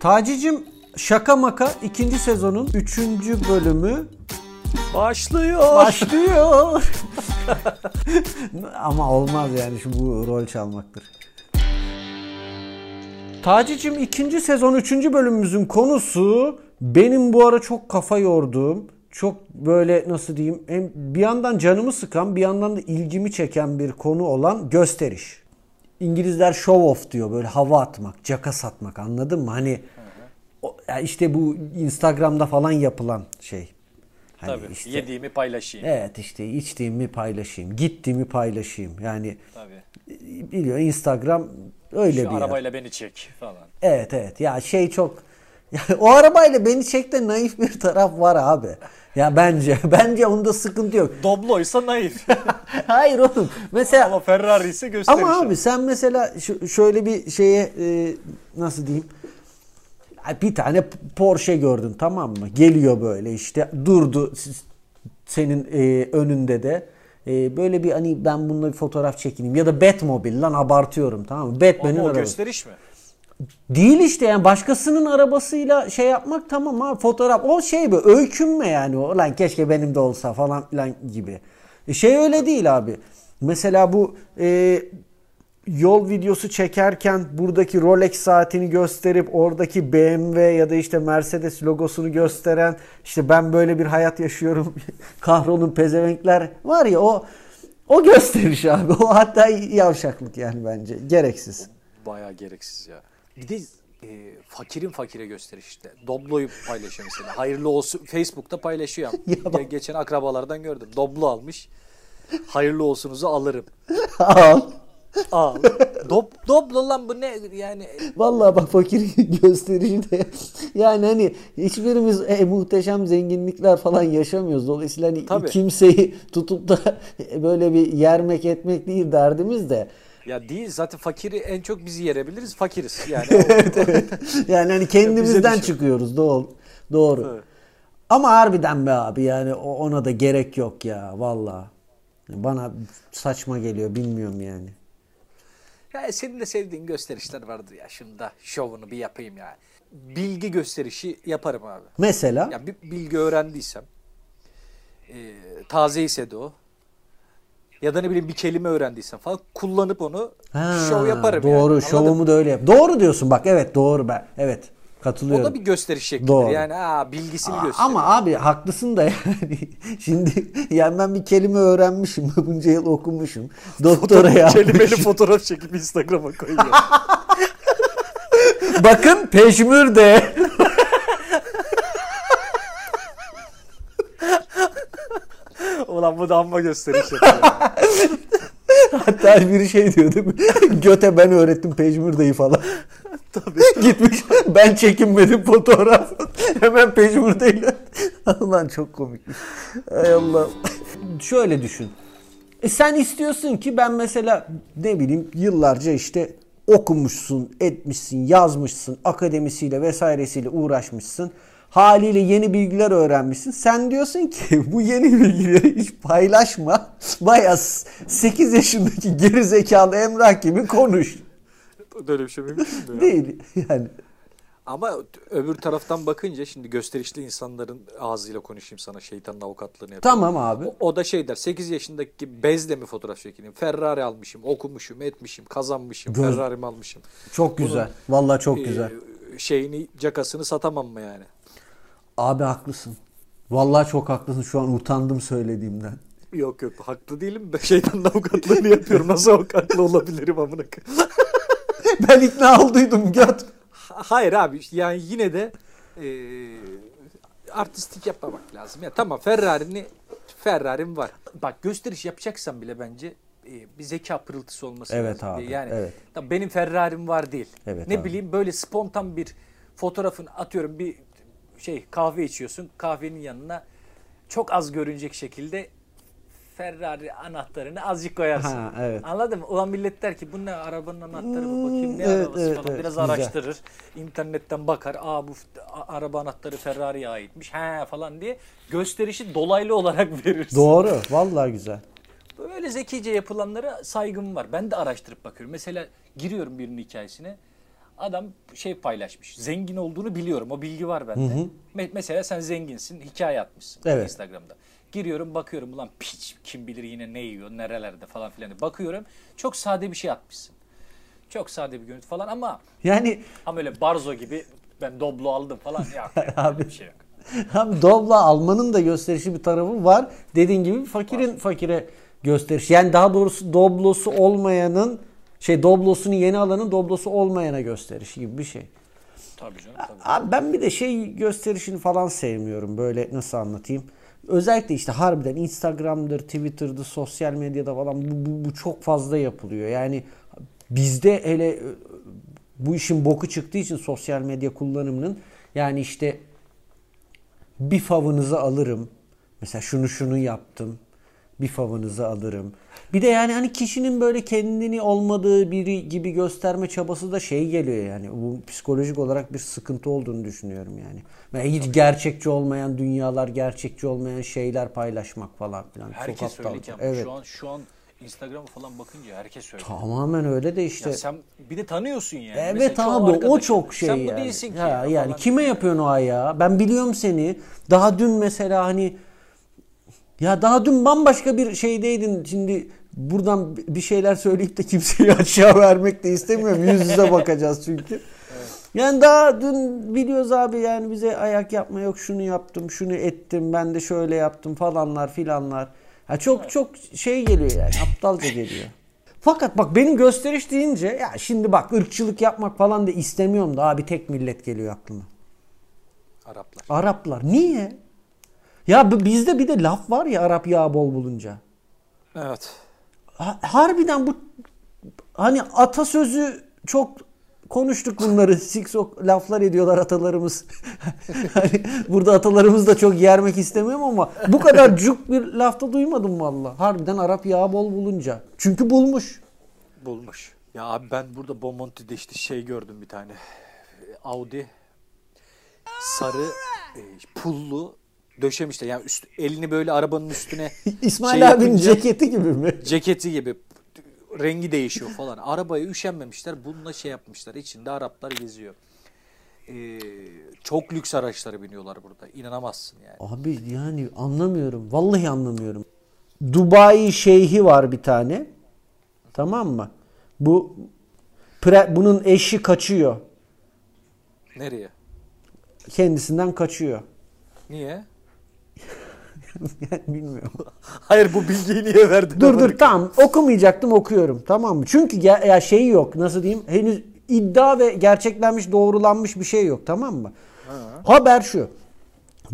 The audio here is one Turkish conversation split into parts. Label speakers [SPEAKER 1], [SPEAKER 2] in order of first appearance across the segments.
[SPEAKER 1] Tacicim Şaka Maka 2. sezonun 3. bölümü
[SPEAKER 2] Başlıyor.
[SPEAKER 1] başlıyor. Ama olmaz yani şu bu rol çalmaktır. Tacicim 2. sezon 3. bölümümüzün konusu benim bu ara çok kafa yorduğum, çok böyle nasıl diyeyim hem bir yandan canımı sıkan bir yandan da ilgimi çeken bir konu olan gösteriş. İngilizler show off diyor böyle hava atmak, caka satmak anladın mı? Hani o- ya işte bu Instagram'da falan yapılan şey. Hani
[SPEAKER 2] Tabii.
[SPEAKER 1] işte-
[SPEAKER 2] Yediğimi paylaşayım.
[SPEAKER 1] Evet işte içtiğimi paylaşayım, gittiğimi paylaşayım. Yani
[SPEAKER 2] Tabii.
[SPEAKER 1] biliyor Instagram öyle
[SPEAKER 2] Şu
[SPEAKER 1] bir yer.
[SPEAKER 2] arabayla beni çek falan.
[SPEAKER 1] Evet evet ya şey çok ya o arabayla beni çekte naif bir taraf var abi. Ya bence bence onda sıkıntı yok.
[SPEAKER 2] Dobloysa naif.
[SPEAKER 1] Hayır oğlum. Mesela
[SPEAKER 2] Ama Ferrari ise gösteriş.
[SPEAKER 1] Ama
[SPEAKER 2] abi.
[SPEAKER 1] abi sen mesela şu- şöyle bir şeye e, nasıl diyeyim? Ay, Bir tane Porsche gördün tamam mı? Geliyor böyle işte durdu siz- senin e, önünde de. E, böyle bir hani ben bununla bir fotoğraf çekineyim ya da Batmobile lan abartıyorum tamam mı? Batman'in
[SPEAKER 2] Ama o
[SPEAKER 1] arabası.
[SPEAKER 2] gösteriş mi?
[SPEAKER 1] Değil işte yani başkasının arabasıyla şey yapmak tamam ha fotoğraf o şey böyle öykünme yani o lan keşke benim de olsa falan filan gibi. E Şey öyle değil abi. Mesela bu e, yol videosu çekerken buradaki Rolex saatini gösterip oradaki BMW ya da işte Mercedes logosunu gösteren işte ben böyle bir hayat yaşıyorum kahrolun pezevenkler var ya o o gösteriş abi o hatta yavşaklık yani bence gereksiz.
[SPEAKER 2] Bayağı gereksiz ya. Bir de e, fakirin fakire gösteriş işte. Dobloyu paylaşıyor mesela. Hayırlı olsun. Facebook'ta paylaşıyor.
[SPEAKER 1] Ya bak.
[SPEAKER 2] Ge- Geçen akrabalardan gördüm. Doblo almış. Hayırlı olsunuzu alırım.
[SPEAKER 1] Al.
[SPEAKER 2] Al. Dob, doblo lan bu ne yani?
[SPEAKER 1] Vallahi bak fakir gösterici de yani hani hiçbirimiz e, muhteşem zenginlikler falan yaşamıyoruz. Dolayısıyla hani
[SPEAKER 2] Tabii.
[SPEAKER 1] kimseyi tutup da e, böyle bir yermek etmek değil derdimiz de.
[SPEAKER 2] Ya değil zaten fakiri en çok biz yerebiliriz. Fakiriz yani.
[SPEAKER 1] Yani hani kendimizden
[SPEAKER 2] düşüyor.
[SPEAKER 1] çıkıyoruz doğru. Doğru.
[SPEAKER 2] şey Evet.
[SPEAKER 1] Ama harbiden be abi yani o- ona da gerek yok ya vallahi. Bana saçma geliyor bilmiyorum yani.
[SPEAKER 2] Ya senin de sevdiğin gösterişler vardır ya. Şunu da şovunu bir yapayım ya. Bilgi gösterişi yaparım abi.
[SPEAKER 1] Mesela
[SPEAKER 2] Ya bir bilgi öğrendiysem e, taze ise de o ya da ne bileyim bir kelime öğrendiysem falan kullanıp onu
[SPEAKER 1] Ha,
[SPEAKER 2] şov yaparım yani.
[SPEAKER 1] Doğru
[SPEAKER 2] Anladın mı?
[SPEAKER 1] şovumu da öyle yap. Doğru diyorsun bak evet doğru ben. Evet
[SPEAKER 2] O
[SPEAKER 1] katılıyorum.
[SPEAKER 2] da bir gösteriş şeklidir.
[SPEAKER 1] Doğru.
[SPEAKER 2] Yani aa, bilgisini
[SPEAKER 1] Aa,
[SPEAKER 2] göster.
[SPEAKER 1] Ama abi haklısın da yani şimdi yani ben bir kelime öğrenmişim. Bunca yıl okumuşum. Doktora yapmışım.
[SPEAKER 2] Kelimeli fotoğraf çekip Instagram'a koyuyor.
[SPEAKER 1] Bakın peşmür de.
[SPEAKER 2] Ulan bu da amma gösteriş yapıyor.
[SPEAKER 1] Hatta biri şey diyor değil mi? Göte ben öğrettim peşmürdeyi falan. Tabii. Gitmiş ben çekinmedim fotoğraf. Hemen peşmürdeyle. Allah'ım çok komik. Ay Allah. Şöyle düşün. E sen istiyorsun ki ben mesela ne bileyim yıllarca işte okumuşsun, etmişsin, yazmışsın, akademisiyle vesairesiyle uğraşmışsın. Haliyle yeni bilgiler öğrenmişsin. Sen diyorsun ki bu yeni bilgileri hiç paylaşma. Bayağı 8 yaşındaki geri zekalı Emrah gibi konuş.
[SPEAKER 2] Böyle bir şey mümkün mü ya?
[SPEAKER 1] Değil yani.
[SPEAKER 2] Ama öbür taraftan bakınca şimdi gösterişli insanların ağzıyla konuşayım sana şeytanın avukatlığını yapayım.
[SPEAKER 1] Tamam abi.
[SPEAKER 2] O, o da şey der 8 yaşındaki gibi bezle mi fotoğraf çekeyim? Ferrari almışım, okumuşum, etmişim, kazanmışım,
[SPEAKER 1] Göz-
[SPEAKER 2] Ferrari'mi almışım.
[SPEAKER 1] Çok güzel. Vallahi çok güzel.
[SPEAKER 2] Ee, şeyini, cakasını satamam mı yani?
[SPEAKER 1] Abi haklısın. Vallahi çok haklısın. Şu an utandım söylediğimden.
[SPEAKER 2] Yok yok haklı değilim. Ben şeytanın avukatlığını yapıyorum. Nasıl avukatlı olabilirim amına koyayım?
[SPEAKER 1] ben ikna olduydum göt.
[SPEAKER 2] Ha- Hayır abi yani yine de eee, artistik yapmamak lazım. Ya tamam Ferrari'ni Ferrari'm var. Bak gösteriş yapacaksan bile bence eee, bir zeka pırıltısı olması
[SPEAKER 1] Evet
[SPEAKER 2] lazım.
[SPEAKER 1] abi,
[SPEAKER 2] Yani
[SPEAKER 1] evet.
[SPEAKER 2] tam benim Ferrari'm var değil.
[SPEAKER 1] Evet
[SPEAKER 2] ne
[SPEAKER 1] abi.
[SPEAKER 2] bileyim böyle spontan bir fotoğrafın atıyorum bir şey kahve içiyorsun. Kahvenin yanına çok az görünecek şekilde Ferrari anahtarını azıcık koyarsın.
[SPEAKER 1] Ha, evet.
[SPEAKER 2] Anladın mı? Ulan millet der ki bu ne arabanın anahtarı mı bakayım ne
[SPEAKER 1] Evet,
[SPEAKER 2] arabası
[SPEAKER 1] evet,
[SPEAKER 2] falan
[SPEAKER 1] evet,
[SPEAKER 2] biraz
[SPEAKER 1] güzel.
[SPEAKER 2] araştır araştırır. internetten bakar. Aa bu f- a- araba anahtarı Ferrari'ye aitmiş. He falan diye gösterişi dolaylı olarak verirsin.
[SPEAKER 1] Doğru. Vallahi güzel.
[SPEAKER 2] Böyle zekice yapılanlara saygım var. Ben de araştırıp bakıyorum. Mesela giriyorum birinin hikayesine.
[SPEAKER 3] Adam şey paylaşmış. Zengin olduğunu biliyorum. O bilgi var bende. Me- mesela sen zenginsin. Hikaye atmışsın
[SPEAKER 1] Evet.
[SPEAKER 3] Instagram'da. Giriyorum bakıyorum ulan piç kim bilir yine ne yiyor nerelerde falan filan. diye. Bakıyorum çok sade bir şey atmışsın. Çok sade bir görüntü falan ama
[SPEAKER 1] Yani
[SPEAKER 3] ama öyle barzo gibi ben doblo aldım falan. Ya, Abi. bir şey yok.
[SPEAKER 1] hem Dobla Alman'ın da gösterişi bir tarafı var. Dediğin gibi fakirin fakire gösteriş. Yani daha doğrusu Doblosu olmayanın şey Doblosunu yeni alanın Doblosu olmayana gösterişi gibi bir şey.
[SPEAKER 3] Tabii canım tabii.
[SPEAKER 1] Abi ben bir de şey gösterişini falan sevmiyorum. Böyle nasıl anlatayım? Özellikle işte harbiden Instagram'dır, Twitter'dır, sosyal medyada falan bu, bu, bu çok fazla yapılıyor. Yani bizde hele e, bu işin boku çıktığı için sosyal medya kullanımının yani işte bir favınızı alırım. Mesela şunu şunu yaptım. Bir favınızı alırım. Bir de yani hani kişinin böyle kendini olmadığı biri gibi gösterme çabası da şey geliyor yani. Bu psikolojik olarak bir sıkıntı olduğunu düşünüyorum yani. yani hiç gerçekçi olmayan dünyalar, gerçekçi olmayan şeyler paylaşmak falan filan. Çok
[SPEAKER 3] Herkes öyle
[SPEAKER 1] aptalca.
[SPEAKER 3] ki ama
[SPEAKER 1] Evet.
[SPEAKER 3] şu an şu an Instagram'a falan bakınca herkes öyle.
[SPEAKER 1] Tamamen öyle de işte.
[SPEAKER 3] Ya sen bir de tanıyorsun yani. Mesela
[SPEAKER 1] Evet
[SPEAKER 3] çoğu
[SPEAKER 1] abi o
[SPEAKER 3] arkadaşın,
[SPEAKER 1] çok şey
[SPEAKER 3] Sen
[SPEAKER 1] yani.
[SPEAKER 3] bu değilsin ki.
[SPEAKER 1] Ha,
[SPEAKER 3] ya
[SPEAKER 1] yani
[SPEAKER 3] falan.
[SPEAKER 1] kime yapıyorsun o ayağı? Ben biliyorum seni. Daha dün mesela hani ya daha dün bambaşka bir şeydeydin. Şimdi buradan bir şeyler söyleyip de kimseyi aşağı vermek de istemiyorum. Yüz yüze bakacağız çünkü. Yani daha dün biliyoruz abi yani bize ayak yapma yok şunu yaptım şunu ettim ben de şöyle yaptım falanlar filanlar. Ha çok çok şey geliyor yani aptalca geliyor. Fakat bak benim gösteriş deyince ya şimdi bak ırkçılık yapmak falan da istemiyorum da abi tek millet geliyor aklıma.
[SPEAKER 3] Araplar.
[SPEAKER 1] Araplar niye? Ya b- bizde bir de laf var ya Arap yağı bol bulunca.
[SPEAKER 3] Evet.
[SPEAKER 1] Ha- harbiden bu hani atasözü çok konuştuk bunları. Siksok laflar ediyorlar atalarımız. hani burada atalarımız da çok yermek istemiyorum ama bu kadar cuk bir lafta duymadım valla. Harbiden Arap yağı bol bulunca. Çünkü bulmuş.
[SPEAKER 3] Bulmuş. Ya abi ben burada Bomonti'de işte şey gördüm bir tane. E, Audi sarı e, pullu döşemişler. Yani üst, elini böyle arabanın üstüne
[SPEAKER 1] İsmail
[SPEAKER 3] şey
[SPEAKER 1] abinin
[SPEAKER 3] yapınca-
[SPEAKER 1] ceketi gibi mi?
[SPEAKER 3] ceketi gibi rengi değişiyor falan. Arabaya üşenmemişler. Bununla şey yapmışlar. İçinde Araplar geziyor. Ee, çok lüks araçlara biniyorlar burada. İnanamazsın yani.
[SPEAKER 1] Abi yani anlamıyorum. Vallahi anlamıyorum. Dubai şeyhi var bir tane. Tamam mı? Bu pre- bunun eşi kaçıyor.
[SPEAKER 3] Nereye?
[SPEAKER 1] Kendisinden kaçıyor.
[SPEAKER 3] Niye?
[SPEAKER 1] Yani bilmiyorum.
[SPEAKER 3] Hayır bu bilgiyi niye verdin?
[SPEAKER 1] dur dur tamam okumayacaktım okuyorum tamam mı? Çünkü ge- ya şey yok nasıl diyeyim henüz iddia ve gerçeklenmiş doğrulanmış bir şey yok tamam mı? Haber şu.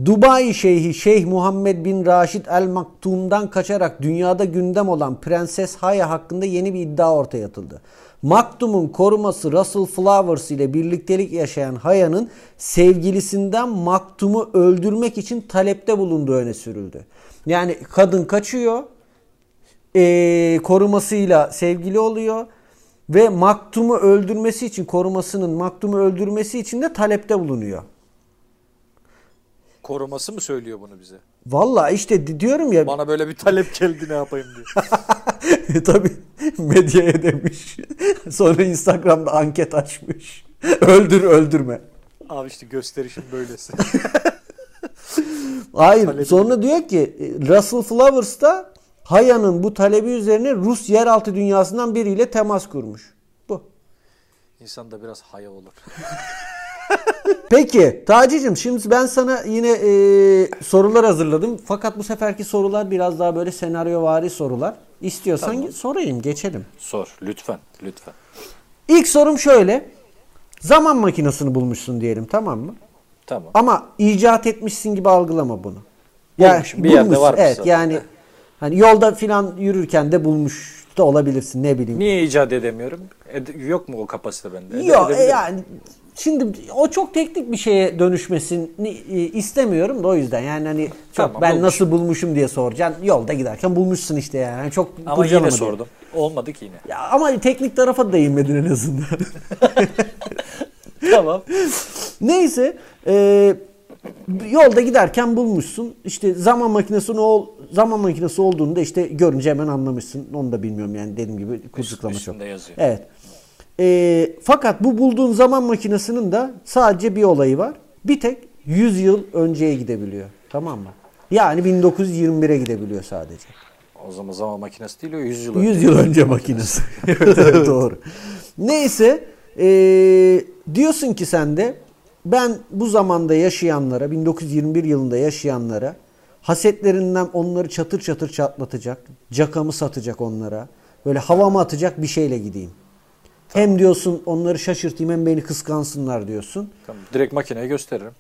[SPEAKER 1] Dubai Şeyhi Şeyh Muhammed bin Raşid El Maktum'dan kaçarak dünyada gündem olan Prenses Haya hakkında yeni bir iddia ortaya atıldı. Maktum'un koruması Russell Flowers ile birliktelik yaşayan Haya'nın sevgilisinden Maktum'u öldürmek için talepte bulunduğu öne sürüldü. Yani kadın kaçıyor, e, korumasıyla sevgili oluyor ve Maktum'u öldürmesi için korumasının Maktum'u öldürmesi için de talepte bulunuyor.
[SPEAKER 3] Koruması mı söylüyor bunu bize?
[SPEAKER 1] Valla işte di- diyorum ya
[SPEAKER 3] Bana böyle bir talep geldi ne yapayım diye.
[SPEAKER 1] tabi medyaya demiş. Sonra Instagram'da anket açmış. Öldür öldürme.
[SPEAKER 3] Abi işte gösterişim böylesi.
[SPEAKER 1] Hayır. Sonra diyor ki e, Russell Flowers da Haya'nın bu talebi üzerine Rus yeraltı dünyasından biriyle temas kurmuş. Bu.
[SPEAKER 3] İnsan da biraz haya olur.
[SPEAKER 1] Peki Taci'cim şimdi ben sana yine e, sorular hazırladım. Fakat bu seferki sorular biraz daha böyle senaryovari sorular. İstiyorsan sorayım geçelim.
[SPEAKER 3] Sor lütfen lütfen.
[SPEAKER 1] İlk sorum şöyle. Zaman makinesini bulmuşsun diyelim tamam mı?
[SPEAKER 3] Tamam.
[SPEAKER 1] Ama icat etmişsin gibi algılama bunu. Yani
[SPEAKER 3] Bulmuşum, bir yerde
[SPEAKER 1] bulmuşsun,
[SPEAKER 3] varmış
[SPEAKER 1] Evet
[SPEAKER 3] zaten.
[SPEAKER 1] yani hani yolda filan yürürken de bulmuş da olabilirsin ne bileyim.
[SPEAKER 3] Niye icat edemiyorum? Ed- yok mu o kapasite bende? Ede-
[SPEAKER 1] Yok e,
[SPEAKER 3] edebilirim.
[SPEAKER 1] yani şimdi o çok teknik bir şeye dönüşmesini e, istemiyorum da o yüzden yani hani çok
[SPEAKER 3] Tamam,
[SPEAKER 1] ben
[SPEAKER 3] bulmuş.
[SPEAKER 1] nasıl bulmuşum diye soracaksın. Yolda giderken bulmuşsun işte yani. Çok
[SPEAKER 3] Ama yine
[SPEAKER 1] kurcalama diye.
[SPEAKER 3] sordum. Olmadı ki yine.
[SPEAKER 1] Ya ama teknik tarafa da inmedin en azından.
[SPEAKER 3] tamam.
[SPEAKER 1] Neyse e, yolda giderken bulmuşsun. İşte zaman makinesinin o zaman makinesi olduğunu da işte görünce hemen anlamışsın. Onu da bilmiyorum yani dediğim gibi kurcuklama çok.
[SPEAKER 3] üstünde yazıyor.
[SPEAKER 1] Evet. E, fakat bu bulduğun zaman makinesinin de sadece bir olayı var. Bir tek 100 yıl önceye gidebiliyor. Tamam mı? Yani 1921'e gidebiliyor sadece.
[SPEAKER 3] O zaman zaman makinesi değil o 100 yıl
[SPEAKER 1] 100 yıl önce makinesi. Doğru. Neyse eee, diyorsun ki sen de ben bu zamanda yaşayanlara 1921 yılında yaşayanlara hasetlerinden onları çatır çatır çatlatacak, cakamı satacak onlara. Böyle havamı atacak bir şeyle gideyim. Hem diyorsun onları şaşırtayım hem beni kıskansınlar diyorsun.
[SPEAKER 3] Tamam, direkt makineye gösteririm.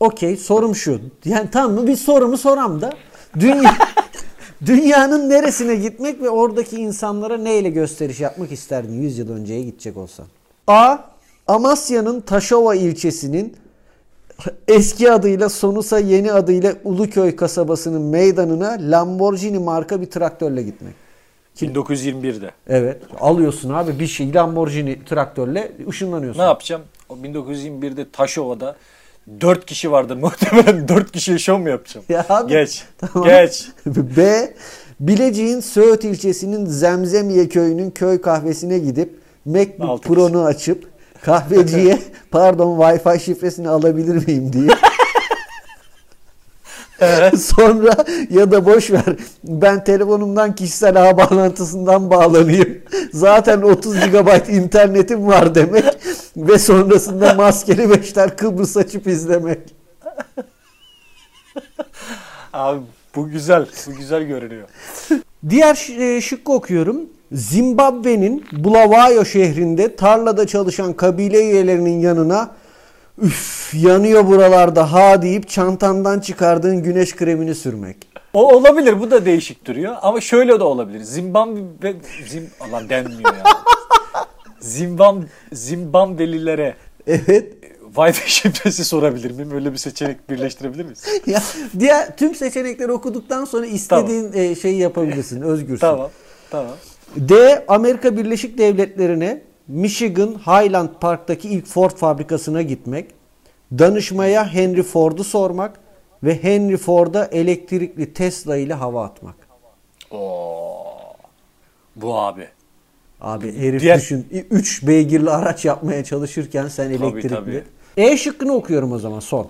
[SPEAKER 1] Okey sorum şu. Yani tamam mı bir sorumu soram da dünya dünyanın neresine gitmek ve oradaki insanlara neyle gösteriş yapmak isterdin 100 yıl önceye gidecek olsan? A. Amasya'nın Taşova ilçesinin eski adıyla Sonusa yeni adıyla Uluköy kasabasının meydanına Lamborghini marka bir traktörle gitmek.
[SPEAKER 3] 1921'de.
[SPEAKER 1] Evet. Alıyorsun abi bir şey Lamborghini traktörle ışınlanıyorsun.
[SPEAKER 3] Ne yapacağım? O 1921'de Taşova'da 4 kişi vardır muhtemelen. 4 kişiye şov mu yapacağım?
[SPEAKER 1] Ya abi,
[SPEAKER 3] Geç.
[SPEAKER 1] tamam.
[SPEAKER 3] Geç.
[SPEAKER 1] B. Bilecik'in Söğüt ilçesinin Zemzemiye köyünün köy kahvesine gidip MacBook
[SPEAKER 3] Altı
[SPEAKER 1] Pro'nu açıp kahveciye pardon Wi-Fi şifresini alabilir miyim diye. Sonra ya da boş ver ben telefonumdan kişisel ağ bağlantısından bağlanayım. Zaten 30 GB internetim var demek ve sonrasında maskeli beşler Kıbrıs açıp izlemek.
[SPEAKER 3] Abi bu güzel. Bu güzel görünüyor.
[SPEAKER 1] Diğer ş- e, şıkkı okuyorum. Zimbabwe'nin Bulawayo şehrinde tarlada çalışan kabile üyelerinin yanına üf yanıyor buralarda ha deyip çantandan çıkardığın güneş kremini sürmek.
[SPEAKER 3] O olabilir. Bu da değişik duruyor. Ama şöyle de olabilir. Zimbabwe... Zim... Allah denmiyor ya. Zimbam... Zimbabwelilere e,
[SPEAKER 1] Evet.
[SPEAKER 3] Wi-Fi şifresi sorabilir miyim? Öyle bir seçenek birleştirebilir miyiz?
[SPEAKER 1] Ya diğer tüm seçenekleri okuduktan sonra istediğin e, şeyi yapabilirsin, özgürsün.
[SPEAKER 3] tamam. Tamam.
[SPEAKER 1] D. Amerika Birleşik Devletleri'ne Michigan Highland Park'taki ilk Ford fabrikasına gitmek. Danışmaya Henry Ford'u sormak ve Henry Ford'a elektrikli Tesla ile hava atmak.
[SPEAKER 3] Oo. Bu abi.
[SPEAKER 1] Abi herif
[SPEAKER 3] Diğer-
[SPEAKER 1] düşün 3 beygirli araç yapmaya çalışırken sen elektrikli.
[SPEAKER 3] tabii.
[SPEAKER 1] E şıkkını okuyorum o zaman son.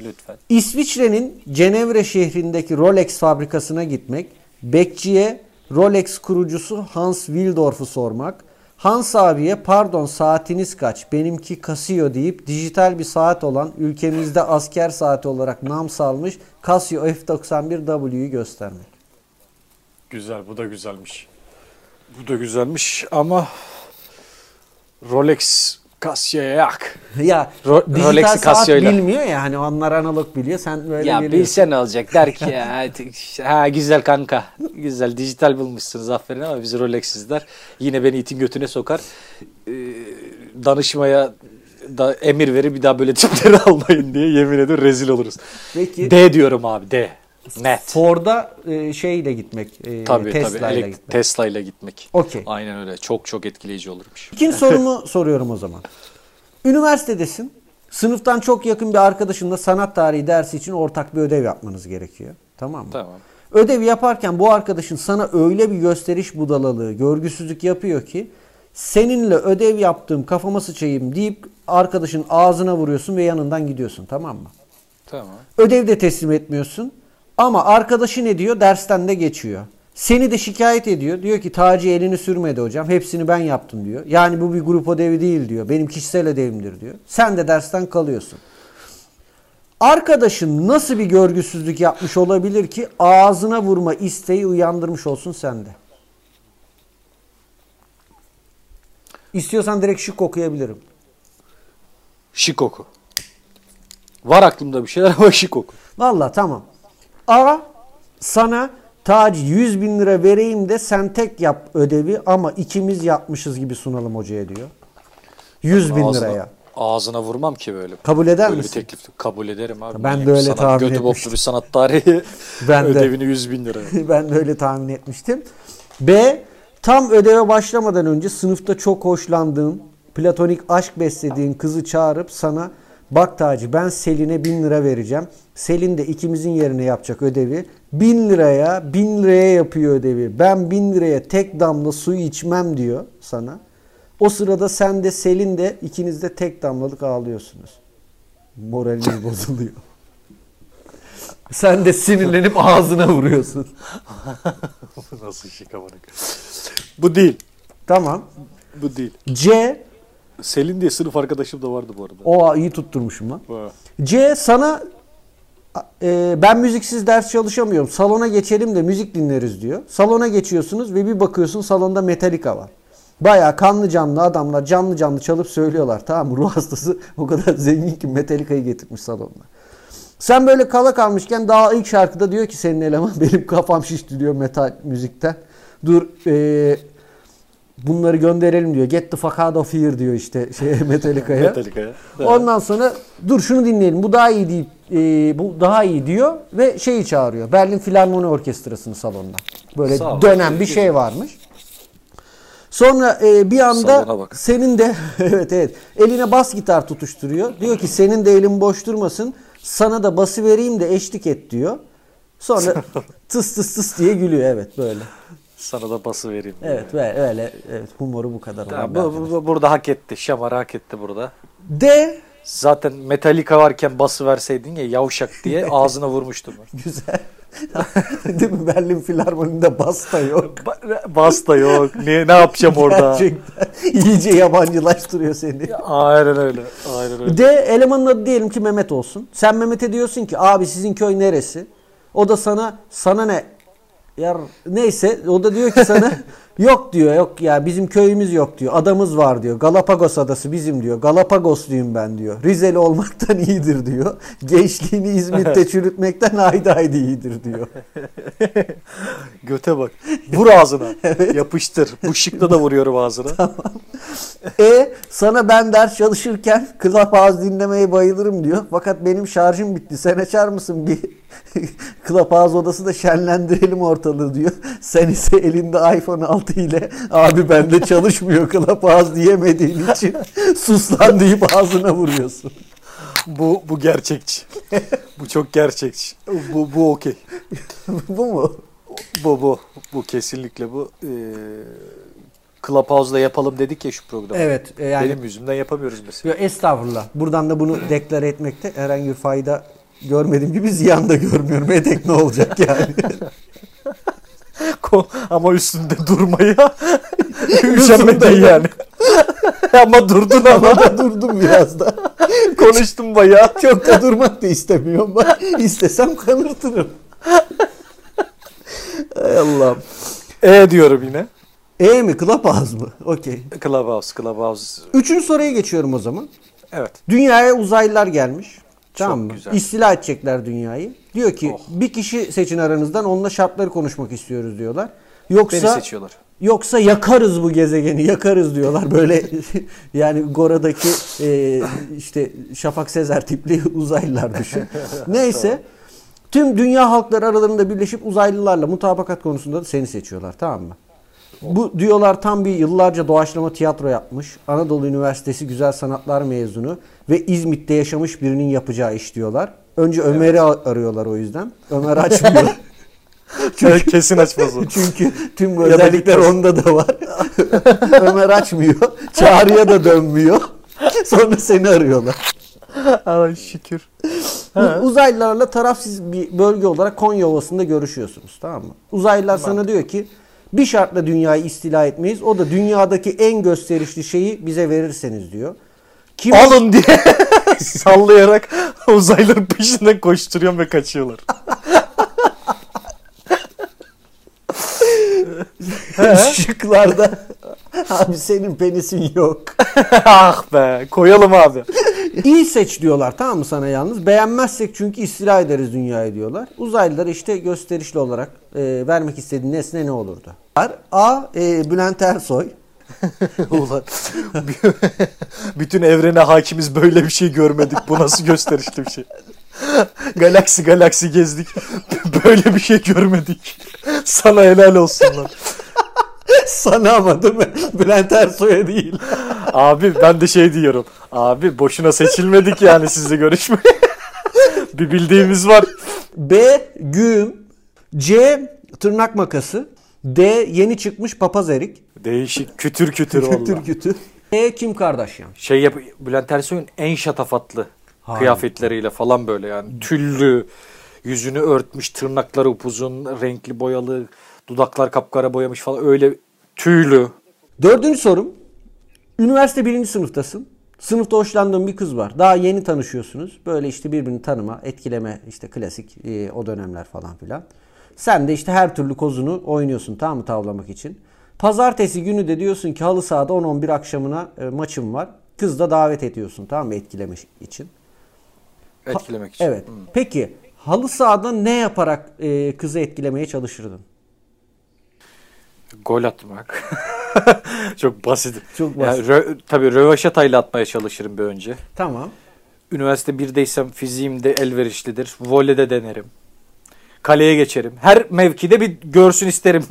[SPEAKER 3] Lütfen.
[SPEAKER 1] İsviçre'nin Cenevre şehrindeki Rolex fabrikasına gitmek, bekçiye Rolex kurucusu Hans Wildorf'u sormak, Hans abiye pardon saatiniz kaç benimki Casio deyip dijital bir saat olan ülkemizde asker saati olarak nam salmış Casio F91W'yu göstermek.
[SPEAKER 3] Güzel, bu da güzelmiş. Bu da güzelmiş ama Rolex Casio'ya yak.
[SPEAKER 1] ya
[SPEAKER 3] Ro-
[SPEAKER 1] dijital
[SPEAKER 3] Rolex'i
[SPEAKER 1] saat
[SPEAKER 3] Casio'yla.
[SPEAKER 1] bilmiyor ya hani onlar analog biliyor sen böyle
[SPEAKER 3] Ya
[SPEAKER 1] geliyorsun.
[SPEAKER 3] bilsen olacak der ki ya, artık- ha güzel kanka güzel dijital bulmuşsunuz aferin ama biz Rolex'iz der. Yine beni itin götüne sokar. Ee, danışmaya da emir verir bir daha böyle tipleri almayın diye yemin ediyorum rezil oluruz.
[SPEAKER 1] Peki.
[SPEAKER 3] D diyorum abi D. Net.
[SPEAKER 1] Ford'a e, şeyle gitmek, e,
[SPEAKER 3] Tabii
[SPEAKER 1] Tesla
[SPEAKER 3] tabii.
[SPEAKER 1] ile
[SPEAKER 3] Elek-
[SPEAKER 1] gitmek.
[SPEAKER 3] Tesla ile gitmek.
[SPEAKER 1] Okey.
[SPEAKER 3] Aynen öyle. Çok çok etkileyici olurmuş.
[SPEAKER 1] İkinci sorumu soruyorum o zaman. Üniversitedesin. Sınıftan çok yakın bir arkadaşınla sanat tarihi dersi için ortak bir ödev yapmanız gerekiyor. Tamam mı?
[SPEAKER 3] Tamam.
[SPEAKER 1] Ödevi yaparken bu arkadaşın sana öyle bir gösteriş budalalığı, görgüsüzlük yapıyor ki seninle ödev yaptığım kafama sıçayım deyip arkadaşın ağzına vuruyorsun ve yanından gidiyorsun tamam mı?
[SPEAKER 3] Tamam.
[SPEAKER 1] Ödev de teslim etmiyorsun. Ama arkadaşı ne diyor? Dersten de geçiyor. Seni de şikayet ediyor. Diyor ki Taci elini sürmedi hocam. Hepsini ben yaptım diyor. Yani bu bir grup ödevi değil diyor. Benim kişisel ödevimdir diyor. Sen de dersten kalıyorsun. Arkadaşın nasıl bir görgüsüzlük yapmış olabilir ki ağzına vurma isteği uyandırmış olsun sende? İstiyorsan direkt şık okuyabilirim.
[SPEAKER 3] Şık oku. Var aklımda bir şeyler ama şık oku.
[SPEAKER 1] Valla tamam. A sana Taci 100 bin lira vereyim de sen tek yap ödevi ama ikimiz yapmışız gibi sunalım hocaya diyor. 100 bin
[SPEAKER 3] Ağzına-
[SPEAKER 1] liraya.
[SPEAKER 3] Ağzına vurmam ki böyle.
[SPEAKER 1] Kabul eder
[SPEAKER 3] böyle
[SPEAKER 1] misin?
[SPEAKER 3] bir teklif. Kabul ederim abi.
[SPEAKER 1] Ben
[SPEAKER 3] Manyak
[SPEAKER 1] de
[SPEAKER 3] bir
[SPEAKER 1] öyle
[SPEAKER 3] sanat,
[SPEAKER 1] tahmin
[SPEAKER 3] Götü boklu
[SPEAKER 1] etmiştim.
[SPEAKER 3] bir sanat tarihi
[SPEAKER 1] Ben de.
[SPEAKER 3] ödevini 100 bin lira.
[SPEAKER 1] ben de öyle tahmin etmiştim. B. Tam ödeve başlamadan önce sınıfta çok hoşlandığın, platonik aşk beslediğin kızı çağırıp sana bak Taci ben Selin'e bin lira vereceğim. Selin de ikimizin yerine yapacak ödevi. Bin liraya, bin liraya yapıyor ödevi. Ben bin liraya tek damla su içmem diyor sana. O sırada sen de Selin de ikiniz de tek damlalık ağlıyorsunuz. Moraliniz bozuluyor. Sen de sinirlenip ağzına vuruyorsun.
[SPEAKER 3] Nasıl şık amına koyayım. Bu değil.
[SPEAKER 1] Tamam.
[SPEAKER 3] Bu değil.
[SPEAKER 1] C
[SPEAKER 3] Selin diye sınıf arkadaşım da vardı bu arada.
[SPEAKER 1] o iyi tutturmuşum lan.
[SPEAKER 3] Ha.
[SPEAKER 1] C sana e, ben müziksiz ders çalışamıyorum. Salona geçelim de müzik dinleriz diyor. Salona geçiyorsunuz ve bir bakıyorsun salonda Metallica var. Bayağı kanlı canlı adamlar canlı canlı çalıp söylüyorlar. Tamam mı? ruh hastası o kadar zengin ki Metallica'yı getirmiş salonuna. Sen böyle kala kalmışken daha ilk şarkıda diyor ki senin eleman benim kafam şişti diyor metal müzikten. Dur e, bunları gönderelim diyor. Get the fuck out of here diyor işte şey Metallica'ya.
[SPEAKER 3] Metallica'ya. Evet.
[SPEAKER 1] Ondan sonra dur şunu dinleyelim bu daha iyi deyip e, bu daha iyi diyor ve şeyi çağırıyor. Berlin Filarmoni Orkestrası'nı salonda. Böyle
[SPEAKER 3] Sağ ol.
[SPEAKER 1] dönen bir şey varmış. Sonra e, bir
[SPEAKER 3] Salona
[SPEAKER 1] anda
[SPEAKER 3] bak.
[SPEAKER 1] senin de evet evet eline bas gitar tutuşturuyor. Diyor ki senin de elin boş durmasın. Sana da bası vereyim de eşlik et diyor. Sonra tıs tıs tıs diye gülüyor evet böyle.
[SPEAKER 3] Sana da pası vereyim.
[SPEAKER 1] Evet böyle, öyle evet humoru bu kadar. olan
[SPEAKER 3] Ya,
[SPEAKER 1] bir
[SPEAKER 3] bu,
[SPEAKER 1] arkadaş.
[SPEAKER 3] bu- bu- burada hak etti. Şamarı hak etti burada.
[SPEAKER 1] D
[SPEAKER 3] Zaten Metallica varken bası verseydin ya yavşak diye ağzına vurmuştum.
[SPEAKER 1] Güzel. Değil mi? Berlin Filarmoni'nde basta yok.
[SPEAKER 3] Ba- Bas da yok. Ne, ne yapacağım orada?
[SPEAKER 1] Gerçekten iyice yabancılaştırıyor seni.
[SPEAKER 3] Aynen öyle. Aynen öyle.
[SPEAKER 1] De elemanın adı diyelim ki Mehmet olsun. Sen Mehmet'e diyorsun ki abi sizin köy neresi? O da sana sana ne? Yar neyse o da diyor ki sana yok diyor yok ya bizim köyümüz yok diyor. Adamız var diyor. Galapagos adası bizim diyor. Galapagosluyum ben diyor. Rizeli olmaktan iyidir diyor. Gençliğini İzmit'te çürütmekten haydi haydi iyidir diyor.
[SPEAKER 3] Göte bak. Vur ağzına. Yapıştır. Bu şıkta da vuruyorum ağzına.
[SPEAKER 1] E sana ben ders çalışırken Clubhouse dinlemeye bayılırım diyor. Fakat benim şarjım bitti. Sen açar mısın bir Clubhouse odası da şenlendirelim ortalığı diyor. Sen ise elinde iPhone 6 ile abi bende çalışmıyor Clubhouse diyemediğin için sus lan deyip ağzına vuruyorsun.
[SPEAKER 3] Bu bu gerçekçi. Bu çok gerçekçi. Bu bu okey.
[SPEAKER 1] Bu mu?
[SPEAKER 3] Bu bu. Bu kesinlikle bu. Ee, Clubhouse'da yapalım dedik ya şu programı.
[SPEAKER 1] Evet e,
[SPEAKER 3] Benim yüzümden yapamıyoruz mesela.
[SPEAKER 1] estağfurullah. Buradan da bunu deklare etmekte herhangi bir fayda görmediğim gibi ziyan da görmüyorum. Edek ne olacak yani?
[SPEAKER 3] Ko- Ama üstünde durmaya üşenmedin
[SPEAKER 1] Üstünde
[SPEAKER 3] yani. ama durdun ama.
[SPEAKER 1] Havada durdum biraz da.
[SPEAKER 3] Konuştum bayağı.
[SPEAKER 1] Çok da durmak da istemiyorum. Ben istesem kanırtırım. Hay Allah'ım.
[SPEAKER 3] E diyorum yine.
[SPEAKER 1] E mi? Clubhouse mı? Okey.
[SPEAKER 3] Clubhouse, Clubhouse.
[SPEAKER 1] Üçüncü soruya geçiyorum o zaman.
[SPEAKER 3] Evet.
[SPEAKER 1] Dünyaya uzaylılar gelmiş. Tamam mı?
[SPEAKER 3] güzel.
[SPEAKER 1] İstila edecekler dünyayı. Diyor ki
[SPEAKER 3] Oh.
[SPEAKER 1] bir kişi seçin aranızdan onunla şartları konuşmak istiyoruz diyorlar. Yoksa
[SPEAKER 3] Beni seçiyorlar.
[SPEAKER 1] Yoksa yakarız bu gezegeni, yakarız diyorlar. Böyle yani Gora'daki e, işte Şafak Sezer tipli uzaylılar düşün. Neyse tüm dünya halkları aralarında birleşip uzaylılarla mutabakat konusunda da seni seçiyorlar tamam mı? Bu diyorlar tam bir yıllarca doğaçlama tiyatro yapmış. Anadolu Üniversitesi Güzel Sanatlar mezunu ve İzmit'te yaşamış birinin yapacağı iş diyorlar. Önce Ömer'i a- arıyorlar o yüzden. Ömer açmıyor.
[SPEAKER 3] Kesin açmaz o.
[SPEAKER 1] Çünkü tüm bu
[SPEAKER 3] Ya da
[SPEAKER 1] özellikler
[SPEAKER 3] gitmez.
[SPEAKER 1] onda da var. Ömer açmıyor. Çağrı'ya da dönmüyor. Sonra seni arıyorlar.
[SPEAKER 3] Ay şükür.
[SPEAKER 1] U- Uzaylılarla tarafsız bir bölge olarak Konya Ovası'nda görüşüyorsunuz tamam mı? Uzaylılar sana diyor ki bir şartla dünyayı istila etmeyiz. O da dünyadaki en gösterişli şeyi bize verirseniz diyor. Kim
[SPEAKER 3] Alın diye sallayarak uzaylıların peşinden koşturuyorum ve kaçıyorlar.
[SPEAKER 1] şıklarda? Abi senin penisin yok.
[SPEAKER 3] ah be koyalım abi.
[SPEAKER 1] İyi seç diyorlar tamam mı sana yalnız. Beğenmezsek çünkü istila ederiz dünyayı diyorlar. Uzaylılar işte gösterişli olarak e, vermek istediği nesne ne olurdu? A. E, Bülent Ersoy.
[SPEAKER 3] Ulan. Bütün evrene hakimiz böyle bir şey görmedik. Bu nasıl gösterişli bir şey. Galaksi galaksi gezdik. Böyle bir şey görmedik. Sana helal olsun lan.
[SPEAKER 1] Sana ama değil mi? Bülent Ersoy'a değil.
[SPEAKER 3] Abi ben de şey diyorum. Abi boşuna seçilmedik yani sizle görüşmeye. bir bildiğimiz var.
[SPEAKER 1] B. Güğüm. C. Tırnak makası. D yeni çıkmış papaz erik.
[SPEAKER 3] Değişik kütür kütür
[SPEAKER 1] Kötür
[SPEAKER 3] valla.
[SPEAKER 1] kötü. E Kim Kardashian.
[SPEAKER 3] Şey yap Bülent Ersoy'un en şatafatlı
[SPEAKER 1] Hayır.
[SPEAKER 3] kıyafetleriyle falan böyle yani tüllü, yüzünü örtmüş, tırnakları upuzun, renkli boyalı, dudaklar kapkara boyamış falan öyle tüylü.
[SPEAKER 1] Dördüncü sorum. Üniversite birinci sınıftasın. Sınıfta hoşlandığın bir kız var. Daha yeni tanışıyorsunuz. Böyle işte birbirini tanıma, etkileme işte klasik e, o dönemler falan filan. Sen de işte her türlü kozunu oynuyorsun tamam mı tavlamak için. Pazartesi günü de diyorsun ki halı sahada 10-11 akşamına e, maçım var. Kız da davet ediyorsun tamam mı etkileme için.
[SPEAKER 3] Etkilemek için. Hmm.
[SPEAKER 1] Evet. Peki halı sahada ne yaparak e, kızı etkilemeye çalışırdın?
[SPEAKER 3] Gol atmak. Çok basit.
[SPEAKER 1] Çok basit.
[SPEAKER 3] Yani rö- tabii röveşatayla atmaya çalışırım bir önce.
[SPEAKER 1] Tamam.
[SPEAKER 3] Üniversite 1'deysem fiziğim de elverişlidir. Voleyde denerim. Kaleye geçerim. Her mevkide bir görsün isterim.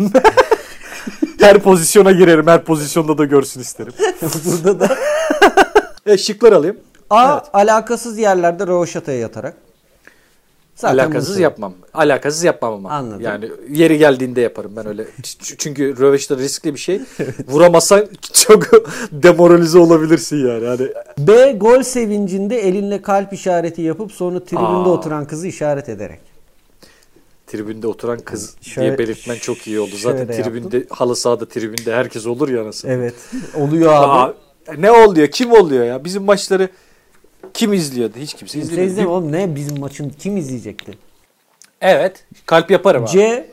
[SPEAKER 3] her pozisyona girerim. Her pozisyonda da görsün isterim.
[SPEAKER 1] Burada da
[SPEAKER 3] E, şıklar alayım.
[SPEAKER 1] A alakasız yerlerde roşataya yatarak. Zaten
[SPEAKER 3] Alakasız
[SPEAKER 1] bunu
[SPEAKER 3] yapmam. Alakasız yapmam ama.
[SPEAKER 1] Anladım.
[SPEAKER 3] Yani yeri geldiğinde yaparım ben öyle. Ç- Çünkü röveşte riskli bir şey. Vuramazsan çok demoralize olabilirsin yani. Hani
[SPEAKER 1] B gol sevincinde elinle kalp işareti yapıp sonra tribünde
[SPEAKER 3] Aa.
[SPEAKER 1] oturan kızı işaret ederek.
[SPEAKER 3] tribünde oturan kız
[SPEAKER 1] Şöyle-
[SPEAKER 3] diye belirtmen çok iyi oldu. Zaten
[SPEAKER 1] şöyle
[SPEAKER 3] tribünde halı sahada tribünde herkes olur ya nasıl.
[SPEAKER 1] Evet. Oluyor abi.
[SPEAKER 3] Aa, ne oluyor? Kim oluyor ya? Bizim maçları kim izliyordu? Hiç kimse
[SPEAKER 1] Biz
[SPEAKER 3] izlemiyordu.
[SPEAKER 1] izleme oğlum ne bizim maçın kim izleyecekti?
[SPEAKER 3] Evet. Kalp yaparım abi.
[SPEAKER 1] C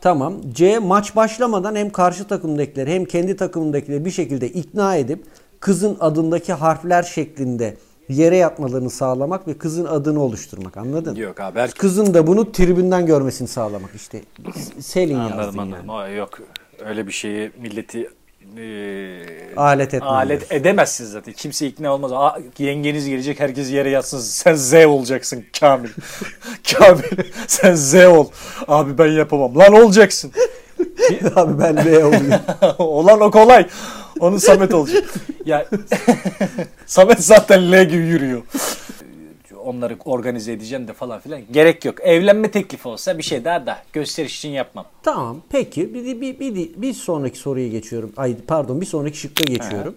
[SPEAKER 1] tamam. C maç başlamadan hem karşı takımdakileri hem kendi takımındakileri bir şekilde ikna edip kızın adındaki harfler şeklinde yere yatmalarını sağlamak ve kızın adını oluşturmak. Anladın?
[SPEAKER 3] Yok abi. Her...
[SPEAKER 1] Kızın da bunu tribünden görmesini sağlamak işte. Selin yazdın
[SPEAKER 3] Anladım
[SPEAKER 1] yani.
[SPEAKER 3] anladım. Ay, Yok. Öyle bir şeyi milleti eee,
[SPEAKER 1] Alet etmiyoruz.
[SPEAKER 3] alet edemezsiniz zaten. Kimse ikna olmaz. Aa, yengeniz gelecek herkes yere yatsın. Sen Z olacaksın Kamil. Kamil sen Z ol. Abi ben yapamam. Lan olacaksın.
[SPEAKER 1] Abi ben B olayım.
[SPEAKER 3] Olan o kolay. Onun Samet olacak. ya Samet zaten L gibi yürüyor. Onları organize edeceğim de falan filan. Gerek yok. Evlenme teklifi olsa bir şey daha da gösteriş için yapmam.
[SPEAKER 1] tamam peki bir, bir, bir, bir sonraki soruya geçiyorum. Ay pardon bir sonraki şıkka geçiyorum.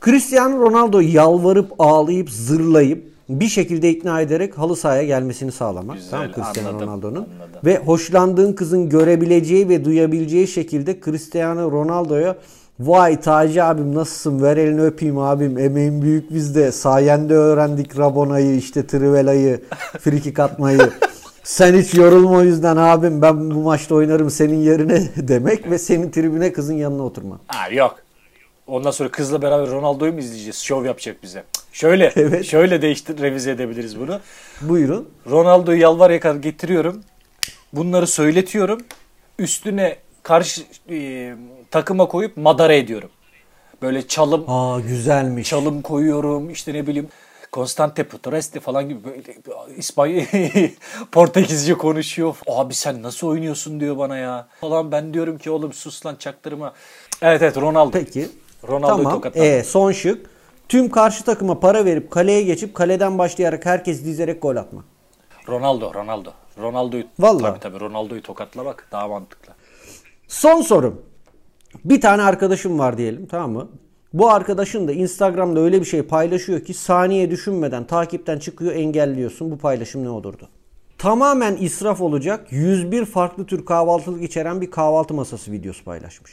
[SPEAKER 1] Cristiano Ronaldo yalvarıp ağlayıp zırlayıp bir şekilde ikna ederek halı sahaya gelmesini sağlamak.
[SPEAKER 3] Güzel,
[SPEAKER 1] tamam Cristiano
[SPEAKER 3] anladım,
[SPEAKER 1] Ronaldo'nun.
[SPEAKER 3] anladım.
[SPEAKER 1] Ve hoşlandığın kızın görebileceği ve duyabileceği şekilde Cristiano Ronaldo'ya Vay Taci abim nasılsın ver elini öpeyim abim emeğin büyük bizde sayende öğrendik Rabona'yı işte Trivela'yı frikik atmayı sen hiç yorulma o yüzden abim ben bu maçta oynarım senin yerine demek ve senin tribüne kızın yanına oturma.
[SPEAKER 2] Ha yok. Ondan sonra kızla beraber Ronaldo'yu mu izleyeceğiz? Şov yapacak bize. Şöyle,
[SPEAKER 1] Evet.
[SPEAKER 2] şöyle değiştir, revize edebiliriz bunu.
[SPEAKER 1] Buyurun.
[SPEAKER 2] Ronaldo'yu yalvar yakar getiriyorum. Bunları söyletiyorum. Üstüne karşı e, takıma koyup madara ediyorum. Böyle çalım
[SPEAKER 1] Aa güzelmiş.
[SPEAKER 2] çalım koyuyorum işte ne bileyim Constante Putresti falan gibi böyle İspanya Portekizce konuşuyor. Abi sen nasıl oynuyorsun diyor bana ya. Falan ben diyorum ki oğlum sus lan çaktırma. Evet evet Ronaldo.
[SPEAKER 1] Peki.
[SPEAKER 2] Ronaldo'yu
[SPEAKER 1] tamam.
[SPEAKER 2] tokatladı.
[SPEAKER 1] Ee, son şık. Tüm karşı takıma para verip kaleye geçip kaleden başlayarak herkes dizerek gol atmak.
[SPEAKER 2] Ronaldo, Ronaldo. Ronaldo'yu
[SPEAKER 1] Vallahi.
[SPEAKER 2] tabii tabii Ronaldo'yu tokatlamak daha mantıklı.
[SPEAKER 1] Son sorum. Bir tane arkadaşım var diyelim tamam mı? Bu arkadaşın da Instagram'da öyle bir şey paylaşıyor ki saniye düşünmeden takipten çıkıyor engelliyorsun. Bu paylaşım ne olurdu? Tamamen israf olacak 101 farklı tür kahvaltılık içeren bir kahvaltı masası videosu paylaşmış.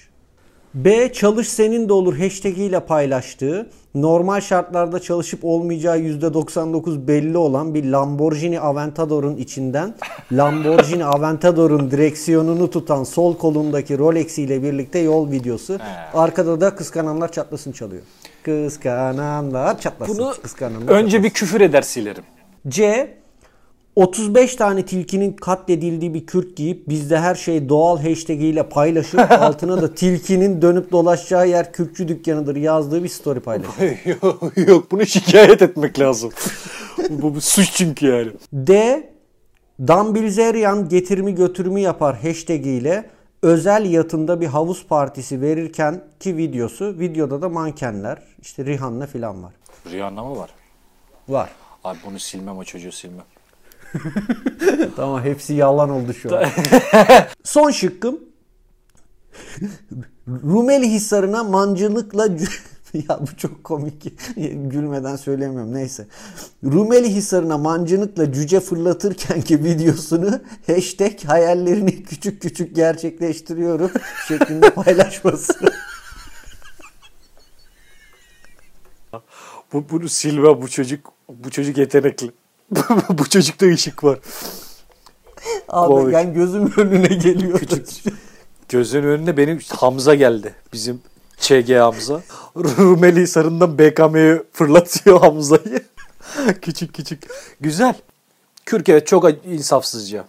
[SPEAKER 1] B. Çalış senin de olur hashtag ile paylaştığı, normal şartlarda çalışıp olmayacağı %99 belli olan bir Lamborghini Aventador'un içinden Lamborghini Aventador'un direksiyonunu tutan sol kolundaki Rolex ile birlikte yol videosu. Arkada da kıskananlar çatlasın çalıyor. Kıskananlar çatlasın.
[SPEAKER 3] Bunu
[SPEAKER 1] kıskananlar
[SPEAKER 3] önce bir küfür eder silerim.
[SPEAKER 1] C. 35 tane tilkinin katledildiği bir kürk giyip bizde her şey doğal hashtag ile paylaşıp altına da tilkinin dönüp dolaşacağı yer kürkçü dükkanıdır yazdığı bir story paylaşıyor.
[SPEAKER 3] yok, yok bunu şikayet etmek lazım. bu, bu suç çünkü yani.
[SPEAKER 1] D. Dambilzerian getirimi götürümü yapar hashtag ile özel yatında bir havuz partisi verirken ki videosu. Videoda da mankenler işte Rihanna filan var.
[SPEAKER 3] Rihanna mı var?
[SPEAKER 1] Var.
[SPEAKER 3] Abi bunu silmem o çocuğu silmem.
[SPEAKER 1] Tamam hepsi yalan oldu şu an. Son şıkkım Rumeli Hisarı'na mancılıkla cü- ya bu çok komik. Gülmeden söylemiyorum neyse. Rumeli Hisarı'na mancınıkla cüce fırlatırken ki videosunu hashtag hayallerini küçük küçük gerçekleştiriyorum şeklinde paylaşması.
[SPEAKER 3] Bu, bunu silme bu çocuk. Bu çocuk yetenekli. bu çocukta ışık var.
[SPEAKER 1] Abi
[SPEAKER 3] Komik.
[SPEAKER 1] yani gözümün önüne geliyor.
[SPEAKER 3] Gözün önüne benim Hamza geldi. Bizim ÇG Hamza. Rumeli Hisarı'ndan BKM'ye fırlatıyor Hamza'yı. küçük küçük. Güzel. Kürk evet çok ac- insafsızca.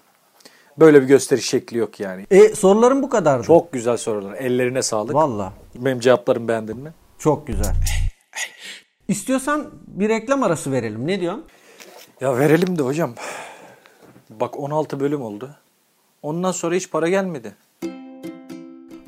[SPEAKER 3] Böyle bir gösteriş şekli yok yani.
[SPEAKER 1] E sorularım bu kadardı.
[SPEAKER 3] Çok güzel sorular. Ellerine sağlık.
[SPEAKER 1] Valla
[SPEAKER 3] Benim cevaplarımı beğendin mi?
[SPEAKER 1] çok güzel. İstiyorsan bir reklam arası verelim. Ne diyorsun?
[SPEAKER 3] Ya verelim de hocam. Bak 16 bölüm oldu. Ondan sonra hiç para gelmedi.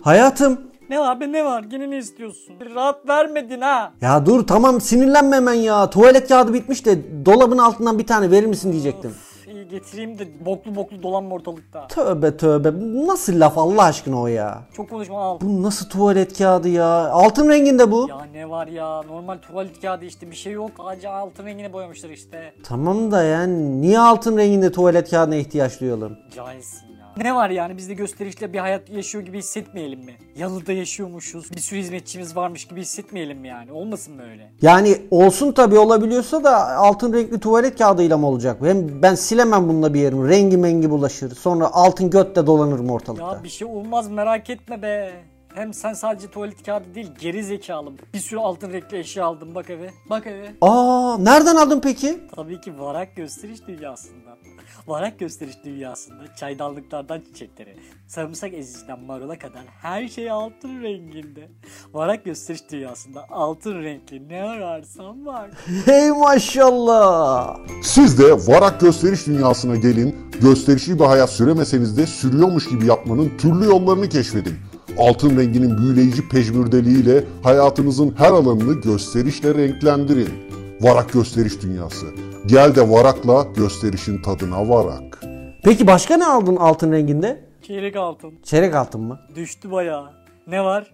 [SPEAKER 1] Hayatım
[SPEAKER 3] Ne abi ne var? Yine ne istiyorsun? Rahat vermedin ha.
[SPEAKER 1] Ya dur tamam sinirlenme hemen ya. Tuvalet kağıdı bitmiş de dolabın altından bir tane verir misin diyecektim.
[SPEAKER 4] İyi getireyim de boklu boklu dolanma ortalıkta.
[SPEAKER 1] Tövbe tövbe. Bu Nasıl laf Allah aşkına o ya?
[SPEAKER 4] Çok konuşma al.
[SPEAKER 1] Bu nasıl tuvalet kağıdı ya? Altın renginde bu.
[SPEAKER 4] Ya ne var ya normal tuvalet kağıdı işte bir şey yok. Ağacı altın rengine boyamışlar işte.
[SPEAKER 1] Tamam da yani niye altın renginde tuvalet kağıdına ihtiyaç duyalım?
[SPEAKER 4] Cahilsin ya. Ne var yani biz de gösterişle bir hayat yaşıyor gibi hissetmeyelim mi? Yalıda yaşıyormuşuz. Bir sürü hizmetçimiz varmış gibi hissetmeyelim mi yani? Olmasın böyle.
[SPEAKER 1] Yani olsun tabii olabiliyorsa da altın renkli tuvalet kağıdıyla mı olacak? bu? Hem ben silemem bununla bir yerimi. Rengi mengi bulaşır. Sonra altın götle dolanırım ortalıkta.
[SPEAKER 4] Ya bir şey olmaz merak etme be. Hem sen sadece tuvalet kağıdı değil geri zekalı. Bir sürü altın renkli eşya aldım bak eve. Bak eve.
[SPEAKER 1] Aa nereden aldın peki?
[SPEAKER 4] Tabii ki varak gösteriş dünyasından. Varak gösteriş dünyasında çaydanlıklardan çiçeklere, sarımsak eziciden marola kadar her şey altın renginde. Varak gösteriş dünyasında altın renkli ne ararsan var.
[SPEAKER 1] Hey maşallah.
[SPEAKER 5] Siz de varak gösteriş dünyasına gelin, gösterişli bir hayat süremeseniz de sürüyormuş gibi yapmanın türlü yollarını keşfedin. Altın renginin büyüleyici pejmürdeliğiyle hayatınızın her alanını gösterişle renklendirin. Varak Gösteriş Dünyası. Gel de varakla gösterişin tadına varak.
[SPEAKER 1] Peki başka ne aldın altın renginde?
[SPEAKER 4] Çeyrek altın.
[SPEAKER 1] Çeyrek altın mı?
[SPEAKER 4] Düştü bayağı. Ne var?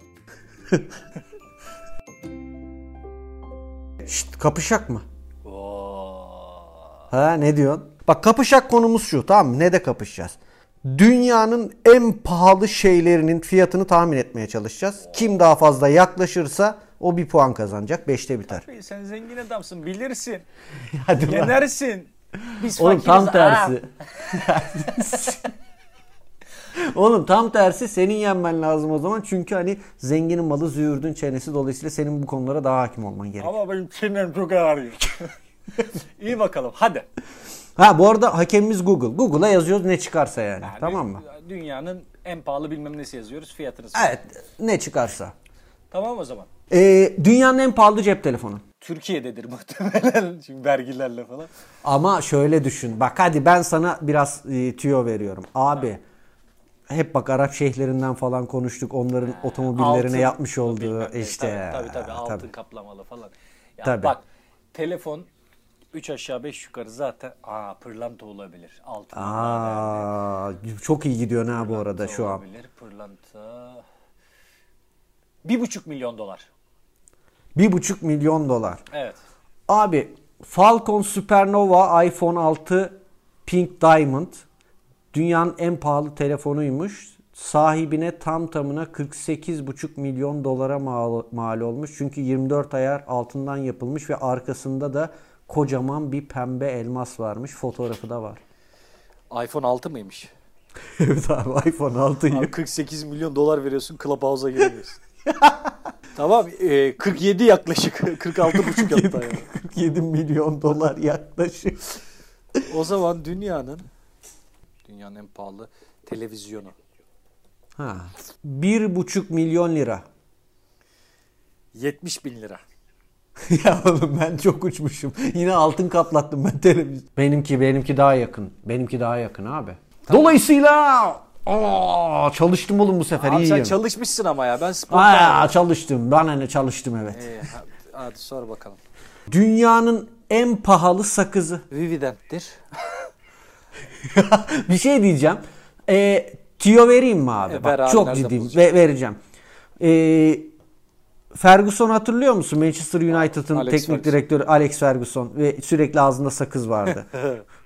[SPEAKER 1] Şşt kapışak mı? Ha ne diyorsun? Bak kapışak konumuz şu tamam mı? Ne de kapışacağız? Dünyanın en pahalı şeylerinin fiyatını tahmin etmeye çalışacağız. Kim daha fazla yaklaşırsa o bir puan kazanacak. Beşte biter.
[SPEAKER 2] Sen zengin adamsın bilirsin.
[SPEAKER 1] Hadi
[SPEAKER 2] Yenersin.
[SPEAKER 4] Biz
[SPEAKER 1] Oğlum tam
[SPEAKER 4] fakiriz, ha.
[SPEAKER 1] tersi. Oğlum tam tersi senin yenmen lazım o zaman. Çünkü hani zenginin malı züğürdün çenesi. Dolayısıyla senin bu konulara daha hakim olman gerek.
[SPEAKER 2] Ama benim çenem çok ağrıyor. İyi bakalım hadi.
[SPEAKER 1] Ha bu arada hakemimiz Google. Google'a yazıyoruz ne çıkarsa yani. tamam mı?
[SPEAKER 2] Dünyanın en pahalı bilmem nesi yazıyoruz fiyatını.
[SPEAKER 1] Evet ne çıkarsa.
[SPEAKER 2] Tamam o zaman.
[SPEAKER 1] Ee, dünyanın en pahalı cep telefonu.
[SPEAKER 2] Türkiye'dedir muhtemelen çünkü vergilerle falan.
[SPEAKER 1] Ama şöyle düşün. Bak hadi ben sana biraz e, tüyo veriyorum. Abi hep bak Arap şeyhlerinden falan konuştuk. Onların otomobillerine
[SPEAKER 2] Altın,
[SPEAKER 1] yapmış
[SPEAKER 2] bilmem
[SPEAKER 1] olduğu
[SPEAKER 2] ne.
[SPEAKER 1] işte.
[SPEAKER 2] Tabii tabii, tabii altın
[SPEAKER 1] Tabii.
[SPEAKER 2] kaplamalı falan. Ya
[SPEAKER 1] Tabii.
[SPEAKER 2] bak telefon 3 aşağı 5 yukarı zaten aa pırlanta olabilir. Altın
[SPEAKER 1] Aa, çok iyi gidiyorsun ha bu arada şu an.
[SPEAKER 2] olabilir. Pırlanta. 1,5 milyon dolar.
[SPEAKER 1] Bir buçuk milyon dolar.
[SPEAKER 2] Evet.
[SPEAKER 1] Abi Falcon Supernova iPhone 6 Pink Diamond dünyanın en pahalı telefonuymuş. Sahibine tam tamına 48,5 milyon dolara mal, mal olmuş. Çünkü 24 ayar altından yapılmış ve arkasında da kocaman bir pembe elmas varmış. Fotoğrafı da var.
[SPEAKER 3] iPhone 6 mıymış?
[SPEAKER 1] evet abi iPhone 6'yı.
[SPEAKER 3] 48 milyon dolar veriyorsun Clubhouse'a giremiyorsun. tamam e, 47 yaklaşık. 46,5 hatta yani.
[SPEAKER 1] 47 milyon dolar yaklaşık.
[SPEAKER 3] O zaman dünyanın dünyanın en pahalı televizyonu.
[SPEAKER 1] Ha. 1,5 milyon lira.
[SPEAKER 3] 70 bin lira.
[SPEAKER 1] ya oğlum ben çok uçmuşum. Yine altın kaplattım ben televizyon. Benimki benimki daha yakın. Benimki daha yakın abi. Dolayısıyla aa, çalıştım oğlum bu sefer
[SPEAKER 3] Abi sen
[SPEAKER 1] iyiyim.
[SPEAKER 3] çalışmışsın ama ya. Ben spontan.
[SPEAKER 1] Aa, çalıştım. Ben hani çalıştım evet.
[SPEAKER 3] Ee, ha- hadi sor bakalım.
[SPEAKER 1] Dünyanın en pahalı sakızı.
[SPEAKER 3] Vivident'tir.
[SPEAKER 1] bir şey diyeceğim. Ee, Tiyo vereyim mi abi?
[SPEAKER 3] E,
[SPEAKER 1] Bak,
[SPEAKER 3] ver abi,
[SPEAKER 1] çok
[SPEAKER 3] nereden
[SPEAKER 1] ciddiyim.
[SPEAKER 3] bulacaksın?
[SPEAKER 1] Ve- vereceğim. Ee, Ferguson hatırlıyor musun? Manchester United'ın
[SPEAKER 3] Alex
[SPEAKER 1] teknik
[SPEAKER 3] Ferguson.
[SPEAKER 1] direktörü Alex Ferguson ve sürekli ağzında sakız vardı.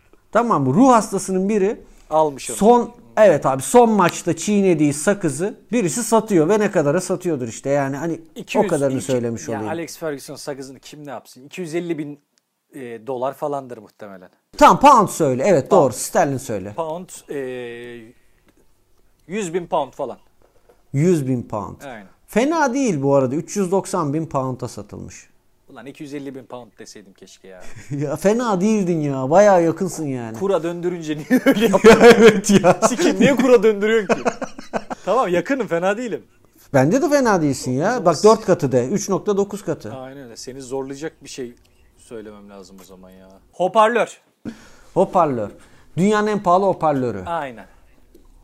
[SPEAKER 1] tamam mı? Ruh hastasının biri
[SPEAKER 3] Almış onu.
[SPEAKER 1] son evet abi son maçta çiğnediği sakızı birisi satıyor ve ne kadara satıyordur işte yani hani
[SPEAKER 3] 200
[SPEAKER 1] o kadarını
[SPEAKER 3] iki-
[SPEAKER 1] söylemiş
[SPEAKER 3] ya
[SPEAKER 1] olayım.
[SPEAKER 3] Alex Ferguson sakızını kim ne yapsın? 250 bin e, dolar falandır muhtemelen.
[SPEAKER 1] Tam pound söyle. Evet doğru. Sterlin söyle.
[SPEAKER 3] Pound e, 100 bin pound falan.
[SPEAKER 1] 100 bin pound.
[SPEAKER 3] Aynen.
[SPEAKER 1] Fena değil bu arada. 390 bin pound'a satılmış.
[SPEAKER 3] Ulan 250 bin pound deseydim keşke ya.
[SPEAKER 1] ya fena değildin ya. Bayağı yakınsın yani.
[SPEAKER 3] Kura döndürünce niye öyle yaptın?
[SPEAKER 1] evet ya.
[SPEAKER 3] Sikim niye kura döndürüyorsun ki? tamam yakınım fena değilim.
[SPEAKER 1] Bende de fena değilsin ya. Bak 4 katı de. 3.9 katı.
[SPEAKER 3] Aynen öyle. Seni zorlayacak bir şey söylemem lazım o zaman ya.
[SPEAKER 2] Hoparlör.
[SPEAKER 1] Hoparlör. Dünyanın en pahalı hoparlörü.
[SPEAKER 3] Aynen.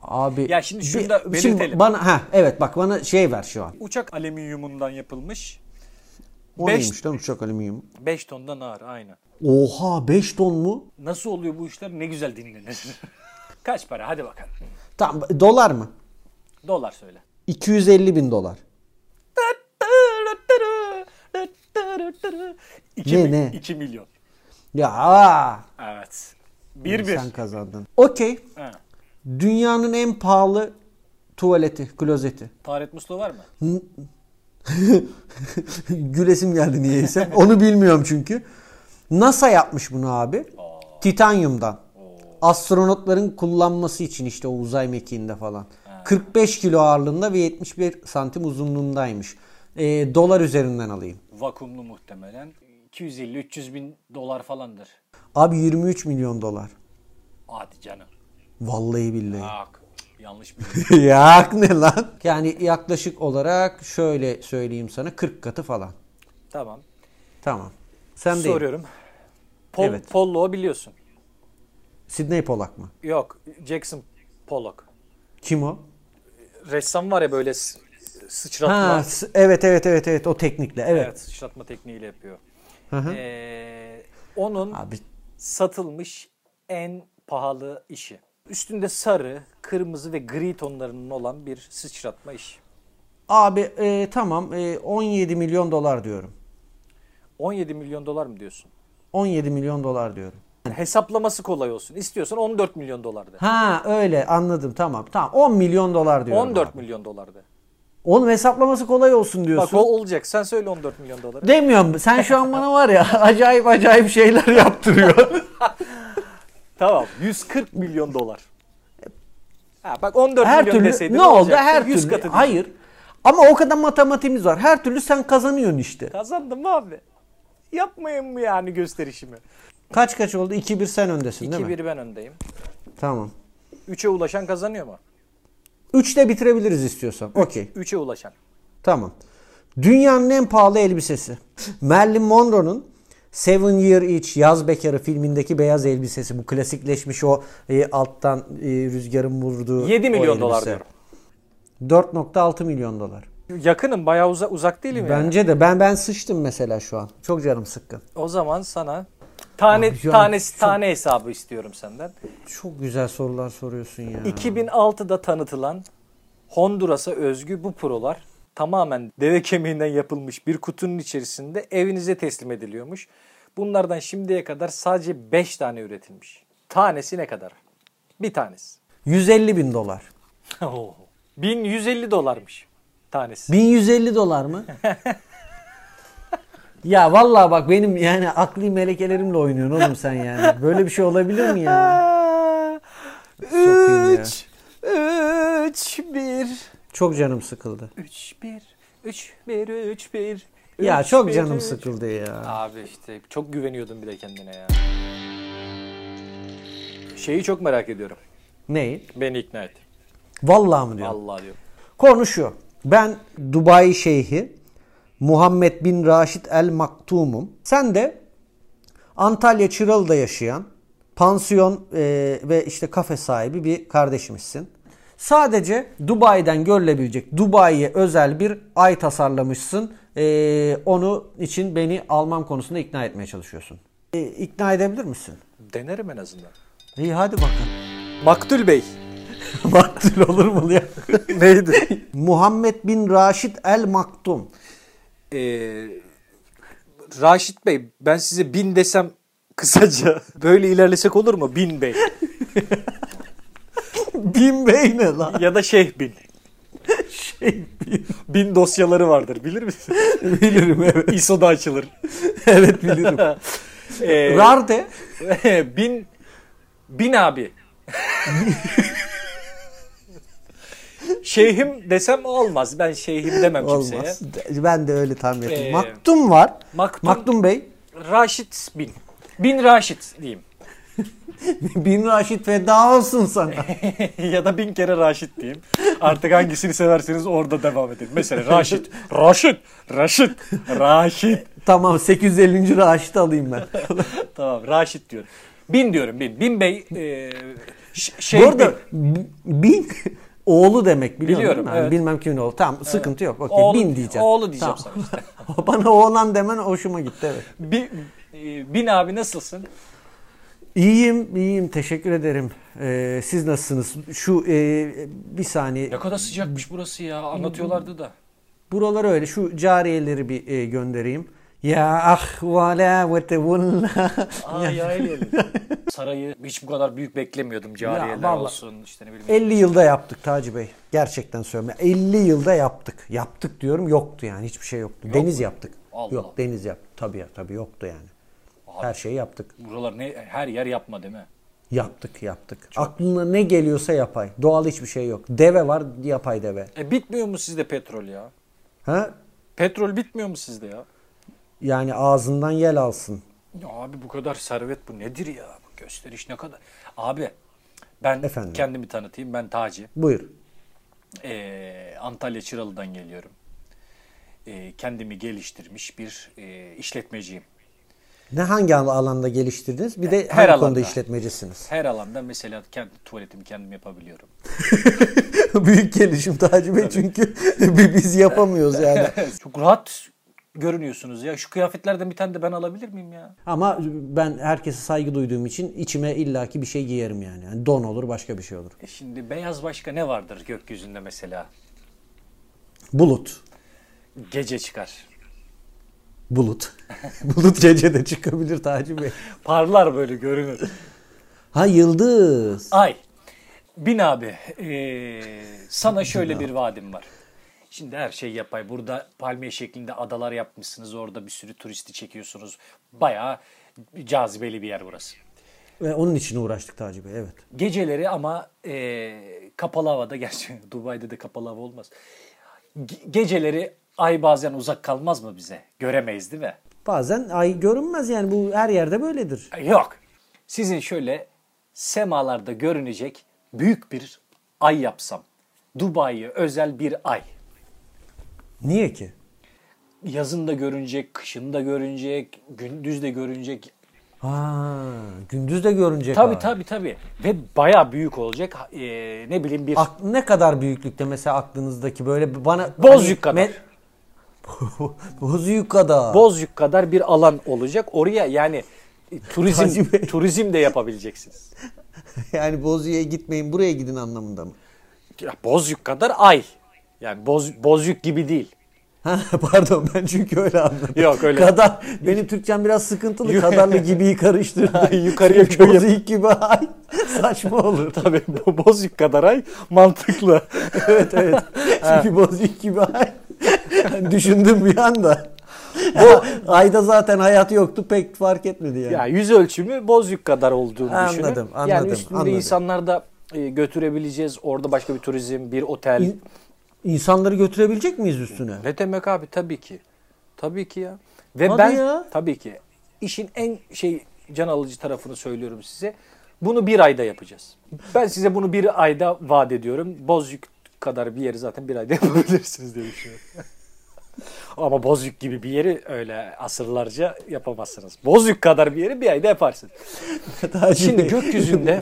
[SPEAKER 1] Abi.
[SPEAKER 2] Ya şimdi şunu
[SPEAKER 1] bir-
[SPEAKER 2] da belirtelim.
[SPEAKER 1] Şimdi bana ha evet bak bana şey ver şu an.
[SPEAKER 3] Uçak alüminyumundan yapılmış.
[SPEAKER 1] O
[SPEAKER 3] Beş-
[SPEAKER 1] neymiş lan uçak alüminyum?
[SPEAKER 3] 5 tondan ağır aynen.
[SPEAKER 1] Oha 5 ton mu?
[SPEAKER 2] Nasıl oluyor bu işler? Ne güzel dinlenir. Kaç para? Hadi bakalım.
[SPEAKER 1] Tam dolar mı?
[SPEAKER 2] Dolar söyle.
[SPEAKER 1] 250 bin dolar. Ne,
[SPEAKER 2] mi-
[SPEAKER 1] ne?
[SPEAKER 2] 2 milyon.
[SPEAKER 1] Ya aa,
[SPEAKER 2] Evet. 1 1.
[SPEAKER 1] sen kazandın. Okey.
[SPEAKER 2] Ha.
[SPEAKER 1] Dünyanın en pahalı tuvaleti, klozeti.
[SPEAKER 2] Taharet musluğu var mı?
[SPEAKER 1] Gülesim geldi niyeyse. Onu bilmiyorum çünkü. NASA yapmış bunu abi. Titanyumdan. Astronotların kullanması için işte o uzay mekiğinde falan. 45 kilo ağırlığında ve 71 santim uzunluğundaymış. Ee, dolar üzerinden alayım.
[SPEAKER 2] Vakumlu muhtemelen. 250-300 bin dolar falandır.
[SPEAKER 1] Abi 23 milyon dolar.
[SPEAKER 2] Hadi canım.
[SPEAKER 1] Vallahi billahi.
[SPEAKER 2] Bak. Yanlış bir
[SPEAKER 1] ya ne lan? Yani yaklaşık olarak şöyle söyleyeyim sana 40 katı falan.
[SPEAKER 3] Tamam.
[SPEAKER 1] Tamam. Sen de
[SPEAKER 3] Soruyorum. Pol,
[SPEAKER 1] Evet.
[SPEAKER 3] Pollo'u biliyorsun.
[SPEAKER 1] Sidney Polak mı?
[SPEAKER 3] Yok. Jackson Pollock.
[SPEAKER 1] Kim o?
[SPEAKER 3] Ressam var ya böyle s- sıçratma.
[SPEAKER 1] Ha, s- evet evet evet evet o teknikle evet.
[SPEAKER 3] Evet, sıçratma tekniğiyle yapıyor.
[SPEAKER 1] Hı hı.
[SPEAKER 3] Ee, onun
[SPEAKER 1] Abi
[SPEAKER 3] satılmış en pahalı işi. Üstünde sarı, kırmızı ve gri tonlarının olan bir sıçratma işi.
[SPEAKER 1] abi e, tamam e, 17 milyon dolar diyorum.
[SPEAKER 3] 17 milyon dolar mı diyorsun?
[SPEAKER 1] 17 milyon dolar diyorum.
[SPEAKER 3] Hesaplaması kolay olsun. İstiyorsan 14 milyon dolar de.
[SPEAKER 1] Ha öyle anladım tamam tamam 10 milyon dolar diyorum.
[SPEAKER 3] 14
[SPEAKER 1] abi.
[SPEAKER 3] milyon dolar de.
[SPEAKER 1] Onun hesaplaması kolay olsun
[SPEAKER 3] Bak
[SPEAKER 1] diyorsun.
[SPEAKER 3] o olacak. Sen söyle 14 milyon doları.
[SPEAKER 1] Demiyorum sen şu an bana var ya acayip acayip şeyler yaptırıyor.
[SPEAKER 3] Tamam. 140 milyon dolar. Ha, bak 14
[SPEAKER 1] her
[SPEAKER 3] milyon
[SPEAKER 1] türlü
[SPEAKER 3] deseydin
[SPEAKER 1] ne oldu
[SPEAKER 3] olacaktı?
[SPEAKER 1] her
[SPEAKER 3] 100
[SPEAKER 1] türlü
[SPEAKER 3] katı değil.
[SPEAKER 1] hayır ama o kadar matematiğimiz var her türlü sen kazanıyorsun işte.
[SPEAKER 3] Kazandım abi. Yapmayın mı yani gösterişimi?
[SPEAKER 1] Kaç kaç oldu 2-1 sen öndesin değil mi?
[SPEAKER 3] 2-1 ben öndeyim.
[SPEAKER 1] Tamam.
[SPEAKER 3] 3'e ulaşan kazanıyor mu?
[SPEAKER 1] 3'te bitirebiliriz istiyorsan. Okey.
[SPEAKER 3] 3'e ulaşan.
[SPEAKER 1] Tamam. Dünyanın en pahalı elbisesi. Marilyn Monroe'nun Seven Year Itch Yaz Bekarı filmindeki beyaz elbisesi. Bu klasikleşmiş o e, alttan e, rüzgarın vurduğu
[SPEAKER 3] 7
[SPEAKER 1] o
[SPEAKER 3] milyon dolar
[SPEAKER 1] elbise.
[SPEAKER 3] diyorum.
[SPEAKER 1] 4.6 milyon dolar.
[SPEAKER 3] Yakınım bayağı uza- uzak değilim ya.
[SPEAKER 1] Bence de ben ben sıçtım mesela şu an. Çok canım sıkkın.
[SPEAKER 3] O zaman sana tane
[SPEAKER 1] Abi şu an
[SPEAKER 3] tane
[SPEAKER 1] çok-
[SPEAKER 3] tane hesabı istiyorum senden.
[SPEAKER 1] Çok güzel sorular soruyorsun ya.
[SPEAKER 3] 2006'da tanıtılan Honduras'a özgü bu prolar tamamen deve kemiğinden yapılmış bir kutunun içerisinde evinize teslim ediliyormuş. Bunlardan şimdiye kadar sadece 5 tane üretilmiş. Tanesi ne kadar? Bir tanesi.
[SPEAKER 1] 150 bin dolar.
[SPEAKER 3] 1150 dolarmış tanesi.
[SPEAKER 1] 1150 dolar mı? ya vallahi bak benim yani akli melekelerimle oynuyorsun oğlum sen yani. Böyle bir şey olabilir mi ya? Sokayım ya.
[SPEAKER 3] 3 3 1
[SPEAKER 1] Çok canım sıkıldı.
[SPEAKER 3] 3 1 3 1 3 1
[SPEAKER 1] Ya çok canım sıkıldı ya.
[SPEAKER 3] Abi işte çok güveniyordum bir de kendine ya. Şeyi çok merak ediyorum.
[SPEAKER 1] Neyi?
[SPEAKER 3] Beni ikna et.
[SPEAKER 1] Vallahi mı diyor?
[SPEAKER 3] Allah diyorum.
[SPEAKER 1] Konuşuyor. Ben Dubai Şeyhi Muhammed bin Raşid El Maktum'um. Sen de Antalya Çıralı'da yaşayan pansiyon e, ve işte kafe sahibi bir kardeşimizsin. Sadece Dubai'den görülebilecek Dubai'ye özel bir ay tasarlamışsın. E, onu için beni almam konusunda ikna etmeye çalışıyorsun. E, ikna edebilir misin?
[SPEAKER 3] Denerim en azından.
[SPEAKER 1] İyi hadi bakalım.
[SPEAKER 3] Maktul Bey.
[SPEAKER 1] Maktul olur mu ya?
[SPEAKER 3] Neydi?
[SPEAKER 1] Muhammed bin Raşid el Maktum.
[SPEAKER 3] Ee, Raşit Bey ben size bin desem kısaca böyle ilerlesek olur mu? Bin Bey.
[SPEAKER 1] Bin Bey ne lan?
[SPEAKER 3] ya da Şeyh Bin.
[SPEAKER 1] Şey bin.
[SPEAKER 3] Bin dosyaları vardır bilir misin?
[SPEAKER 1] Bilirim evet.
[SPEAKER 3] ISO'da açılır.
[SPEAKER 1] Evet bilirim. E,
[SPEAKER 3] Ee,
[SPEAKER 1] Rarde.
[SPEAKER 3] bin, bin abi. şeyhim desem olmaz. Ben şeyhim demem kimseye.
[SPEAKER 1] Olmaz. Ben de öyle tahmin ettim.
[SPEAKER 3] Ee,
[SPEAKER 1] Maktum var.
[SPEAKER 3] Maktum,
[SPEAKER 1] Maktum Bey.
[SPEAKER 3] Raşit bin. Bin Raşit diyeyim.
[SPEAKER 1] Bin Raşid feda olsun sana.
[SPEAKER 3] ya da bin kere Raşit diyeyim. Artık hangisini severseniz orada devam edin. Mesela Raşit, Raşit, Raşit, Raşit.
[SPEAKER 1] tamam 850. Raşid alayım ben.
[SPEAKER 3] tamam Raşit diyorum. Bin diyorum bin. Bin bey e, ş- şey
[SPEAKER 1] Bu arada b- bin oğlu demek biliyor
[SPEAKER 3] Biliyorum,
[SPEAKER 1] musun? Yani
[SPEAKER 3] evet.
[SPEAKER 1] Bilmem kimin oğlu. Tamam sıkıntı yok. Okey
[SPEAKER 3] Oğlu-
[SPEAKER 1] bin diyeceğim.
[SPEAKER 3] oğlu diyeceğim sana
[SPEAKER 1] Bana oğlan demen hoşuma gitti evet.
[SPEAKER 3] bin, e, bin abi nasılsın?
[SPEAKER 1] İyiyim, iyiyim. Teşekkür ederim. Ee, siz nasılsınız? Şu e, bir saniye.
[SPEAKER 2] Ne kadar sıcakmış burası ya anlatıyorlardı da.
[SPEAKER 1] Buralar öyle. Şu cariyeleri bir e, göndereyim. Ya ah ve la ve tevulla.
[SPEAKER 2] Aa, yaylayalım. Sarayı hiç bu kadar büyük beklemiyordum cariyeler
[SPEAKER 1] vallahi.
[SPEAKER 2] olsun işte ne bileyim.
[SPEAKER 1] 50 yılda yaptık Taci Bey. Gerçekten söylüyorum. 50 yılda yaptık. Yaptık diyorum yoktu yani. Hiçbir şey yoktu. deniz yaptık.
[SPEAKER 2] Allah
[SPEAKER 1] Yok
[SPEAKER 2] Allah.
[SPEAKER 1] deniz yaptık. Tabii ya tabii yoktu yani. Her şeyi yaptık.
[SPEAKER 2] Buralar ne her yer yapma değil mi?
[SPEAKER 1] Yaptık yaptık. Aklına ne geliyorsa yapay. Doğal hiçbir şey yok. Deve var yapay deve.
[SPEAKER 3] E, bitmiyor mu sizde petrol ya?
[SPEAKER 1] Ha?
[SPEAKER 3] Petrol bitmiyor mu sizde ya?
[SPEAKER 1] Yani ağzından yel alsın.
[SPEAKER 2] Ya Abi bu kadar servet bu nedir ya? Bu gösteriş ne kadar? Abi ben
[SPEAKER 1] Efendim?
[SPEAKER 2] kendimi tanıtayım. Ben Taci.
[SPEAKER 1] Buyur.
[SPEAKER 2] Ee, Antalya Çıralı'dan geliyorum. Ee, kendimi geliştirmiş bir e, işletmeciyim.
[SPEAKER 1] Ne hangi al- alanda geliştirdiniz? Bir de
[SPEAKER 2] Her
[SPEAKER 1] her konuda
[SPEAKER 2] alanda.
[SPEAKER 1] işletmecisiniz.
[SPEAKER 2] Her alanda mesela kendi tuvaletimi kendim yapabiliyorum.
[SPEAKER 1] Büyük gelişim Taci Bey çünkü bi- biz yapamıyoruz yani.
[SPEAKER 2] Çok rahat görünüyorsunuz ya. Şu kıyafetlerden bir tane de ben alabilir miyim ya?
[SPEAKER 1] Ama ben herkese saygı duyduğum için içime illaki bir şey giyerim yani. yani don olur başka bir şey olur.
[SPEAKER 2] E şimdi beyaz başka ne vardır gökyüzünde mesela?
[SPEAKER 1] Bulut.
[SPEAKER 2] Gece çıkar.
[SPEAKER 1] Bulut. Bulut gece de çıkabilir Taci Bey.
[SPEAKER 2] Parlar böyle görünür.
[SPEAKER 1] Ha yıldız.
[SPEAKER 2] Ay. Bin abi. ee, sana şöyle bir vaadim var. Şimdi her şey yapay. Burada palmiye şeklinde adalar yapmışsınız. Orada bir sürü turisti çekiyorsunuz. Bayağı cazibeli bir yer burası.
[SPEAKER 1] Ve onun için uğraştık Taci Bey evet.
[SPEAKER 2] Geceleri ama ee, kapalı havada. Gerçi Dubai'de de kapalı hava olmaz. Ge- geceleri ay bazen uzak kalmaz mı bize? Göremeyiz değil mi?
[SPEAKER 1] Bazen ay görünmez yani bu her yerde böyledir.
[SPEAKER 2] Yok. Sizin şöyle semalarda görünecek büyük bir ay yapsam. Dubai'ye özel bir ay.
[SPEAKER 1] Niye ki?
[SPEAKER 2] Yazın da görünecek, kışın da görünecek, gündüz de görünecek.
[SPEAKER 1] Ha gündüz de görünecek.
[SPEAKER 2] Tabii
[SPEAKER 1] ha.
[SPEAKER 2] tabii tabii. Ve bayağı büyük olacak. Ha- ee, ne bileyim bir
[SPEAKER 1] Ak- ne kadar büyüklükte mesela aklınızdaki böyle bana...
[SPEAKER 2] Bozüyük kadar.
[SPEAKER 1] Bozüyük kadar.
[SPEAKER 2] Bozcuk kadar bir alan olacak. Oraya yani e, turizm
[SPEAKER 1] Taci Bey.
[SPEAKER 2] turizm de yapabileceksiniz.
[SPEAKER 1] yani Bozüyük'e gitmeyin buraya gidin anlamında mı?
[SPEAKER 2] Ya, Bozcuk kadar ay. Yani boz, Bozcuk gibi değil.
[SPEAKER 1] Ha, Pardon ben çünkü öyle anladım.
[SPEAKER 2] Yok, öyle.
[SPEAKER 1] Kadar, benim Türkçem biraz sıkıntılı. Kadarlı gibiyi karıştırdı.
[SPEAKER 2] yukarıya
[SPEAKER 1] Çünkü
[SPEAKER 2] köy yap-
[SPEAKER 1] Bozüyük gibi ay. Saçma olur.
[SPEAKER 2] Tabii bu Bozcuk kadar ay mantıklı.
[SPEAKER 1] evet evet. Çünkü Bozüyük gibi ay. Düşündüm bir anda. Ayda zaten hayat yoktu pek fark etmedi yani.
[SPEAKER 2] Ya yüz ölçümü Bozüyük kadar olduğunu
[SPEAKER 1] Anladım,
[SPEAKER 2] düşünün.
[SPEAKER 1] anladım,
[SPEAKER 2] Yani üstünde
[SPEAKER 1] anladım.
[SPEAKER 2] insanlar da e, götürebileceğiz. Orada başka bir turizm, bir otel.
[SPEAKER 1] İn- İnsanları götürebilecek miyiz üstüne?
[SPEAKER 2] ne demek abi tabii ki. Tabii ki ya. Ve
[SPEAKER 1] Hadi
[SPEAKER 2] ben
[SPEAKER 1] ya.
[SPEAKER 2] tabii ki işin en şey can alıcı tarafını söylüyorum size. Bunu bir ayda yapacağız. Ben size bunu bir ayda vaat ediyorum. Bozüyük kadar bir yeri zaten bir ayda yapabilirsiniz diye düşünüyorum. Ama Bozüyük gibi bir yeri öyle asırlarca yapamazsınız. Bozüyük kadar bir yeri bir ayda yaparsınız.
[SPEAKER 1] Taci
[SPEAKER 2] Şimdi
[SPEAKER 1] Bey,
[SPEAKER 2] gökyüzünde-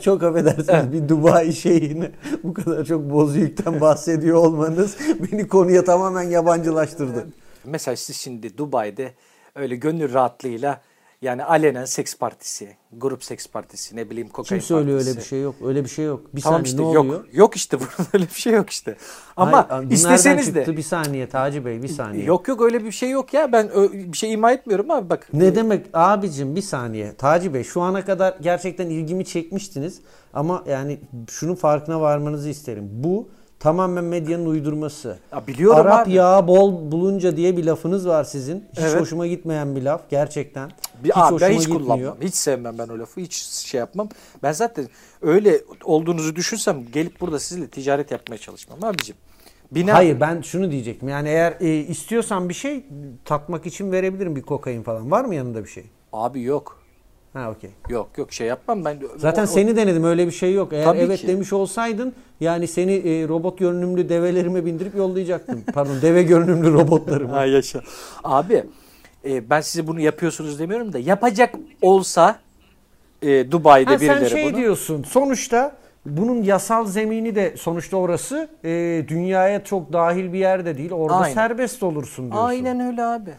[SPEAKER 1] çok affedersiniz bir Dubai şeyini bu kadar çok Bozüyük'ten bahsediyor olmanız beni konuya tamamen yabancılaştırdı.
[SPEAKER 2] Mesela siz şimdi Dubai'de öyle gönül rahatlığıyla
[SPEAKER 3] Yani alenen seks partisi, grup seks partisi, ne bileyim kokain
[SPEAKER 1] Kim söylüyor
[SPEAKER 3] partisi.
[SPEAKER 1] öyle bir şey yok. Öyle bir şey yok. Bir
[SPEAKER 3] Tamam
[SPEAKER 1] saniye
[SPEAKER 3] işte
[SPEAKER 1] ne
[SPEAKER 3] yok.
[SPEAKER 1] oluyor?
[SPEAKER 3] Yok işte burada öyle bir şey yok işte. Ama
[SPEAKER 1] Hayır, abi bu
[SPEAKER 3] isteseniz
[SPEAKER 1] nereden
[SPEAKER 3] de.
[SPEAKER 1] çıktı? Bir saniye Taci Bey bir saniye.
[SPEAKER 3] Yok yok öyle bir şey yok ya. Ben ö- bir şey ima etmiyorum abi bak.
[SPEAKER 1] Ne demek abicim bir saniye. Taci Bey şu ana kadar gerçekten ilgimi çekmiştiniz. Ama yani şunun farkına varmanızı isterim. Bu tamamen medyanın uydurması.
[SPEAKER 3] Ya biliyorum
[SPEAKER 1] Arap
[SPEAKER 3] abi.
[SPEAKER 1] yağı bol bulunca diye bir lafınız var sizin. Hiç
[SPEAKER 3] Evet.
[SPEAKER 1] hoşuma gitmeyen bir laf gerçekten.
[SPEAKER 3] Bir hiç abi, ben hiç
[SPEAKER 1] gitmiyor.
[SPEAKER 3] kullanmam. Hiç sevmem ben o lafı. Hiç şey yapmam. Ben zaten öyle olduğunuzu düşünsem gelip burada sizinle ticaret yapmaya çalışmam abicim. Bina
[SPEAKER 1] Hayır ben şunu diyecektim. Yani eğer e, istiyorsan bir şey tatmak için verebilirim bir kokain falan. Var mı yanında bir şey?
[SPEAKER 3] Abi yok.
[SPEAKER 1] Ha okey.
[SPEAKER 3] Yok yok şey yapmam ben.
[SPEAKER 1] Zaten
[SPEAKER 3] o- o-
[SPEAKER 1] seni denedim öyle bir şey yok. Eğer
[SPEAKER 3] Tabii
[SPEAKER 1] evet
[SPEAKER 3] ki.
[SPEAKER 1] demiş olsaydın yani seni e, robot görünümlü develerime bindirip yollayacaktım. Pardon deve görünümlü robotlarıma.
[SPEAKER 3] Ha yaşa. Abi e, ben size bunu yapıyorsunuz demiyorum da yapacak olsa e, Dubai'de
[SPEAKER 1] Ha, sen
[SPEAKER 3] birileri
[SPEAKER 1] şey
[SPEAKER 3] bunu.
[SPEAKER 1] diyorsun sonuçta bunun yasal zemini de sonuçta orası e, dünyaya çok dahil bir yerde değil. Orada
[SPEAKER 3] Aynen.
[SPEAKER 1] serbest olursun diyorsun.
[SPEAKER 3] Aynen öyle abi.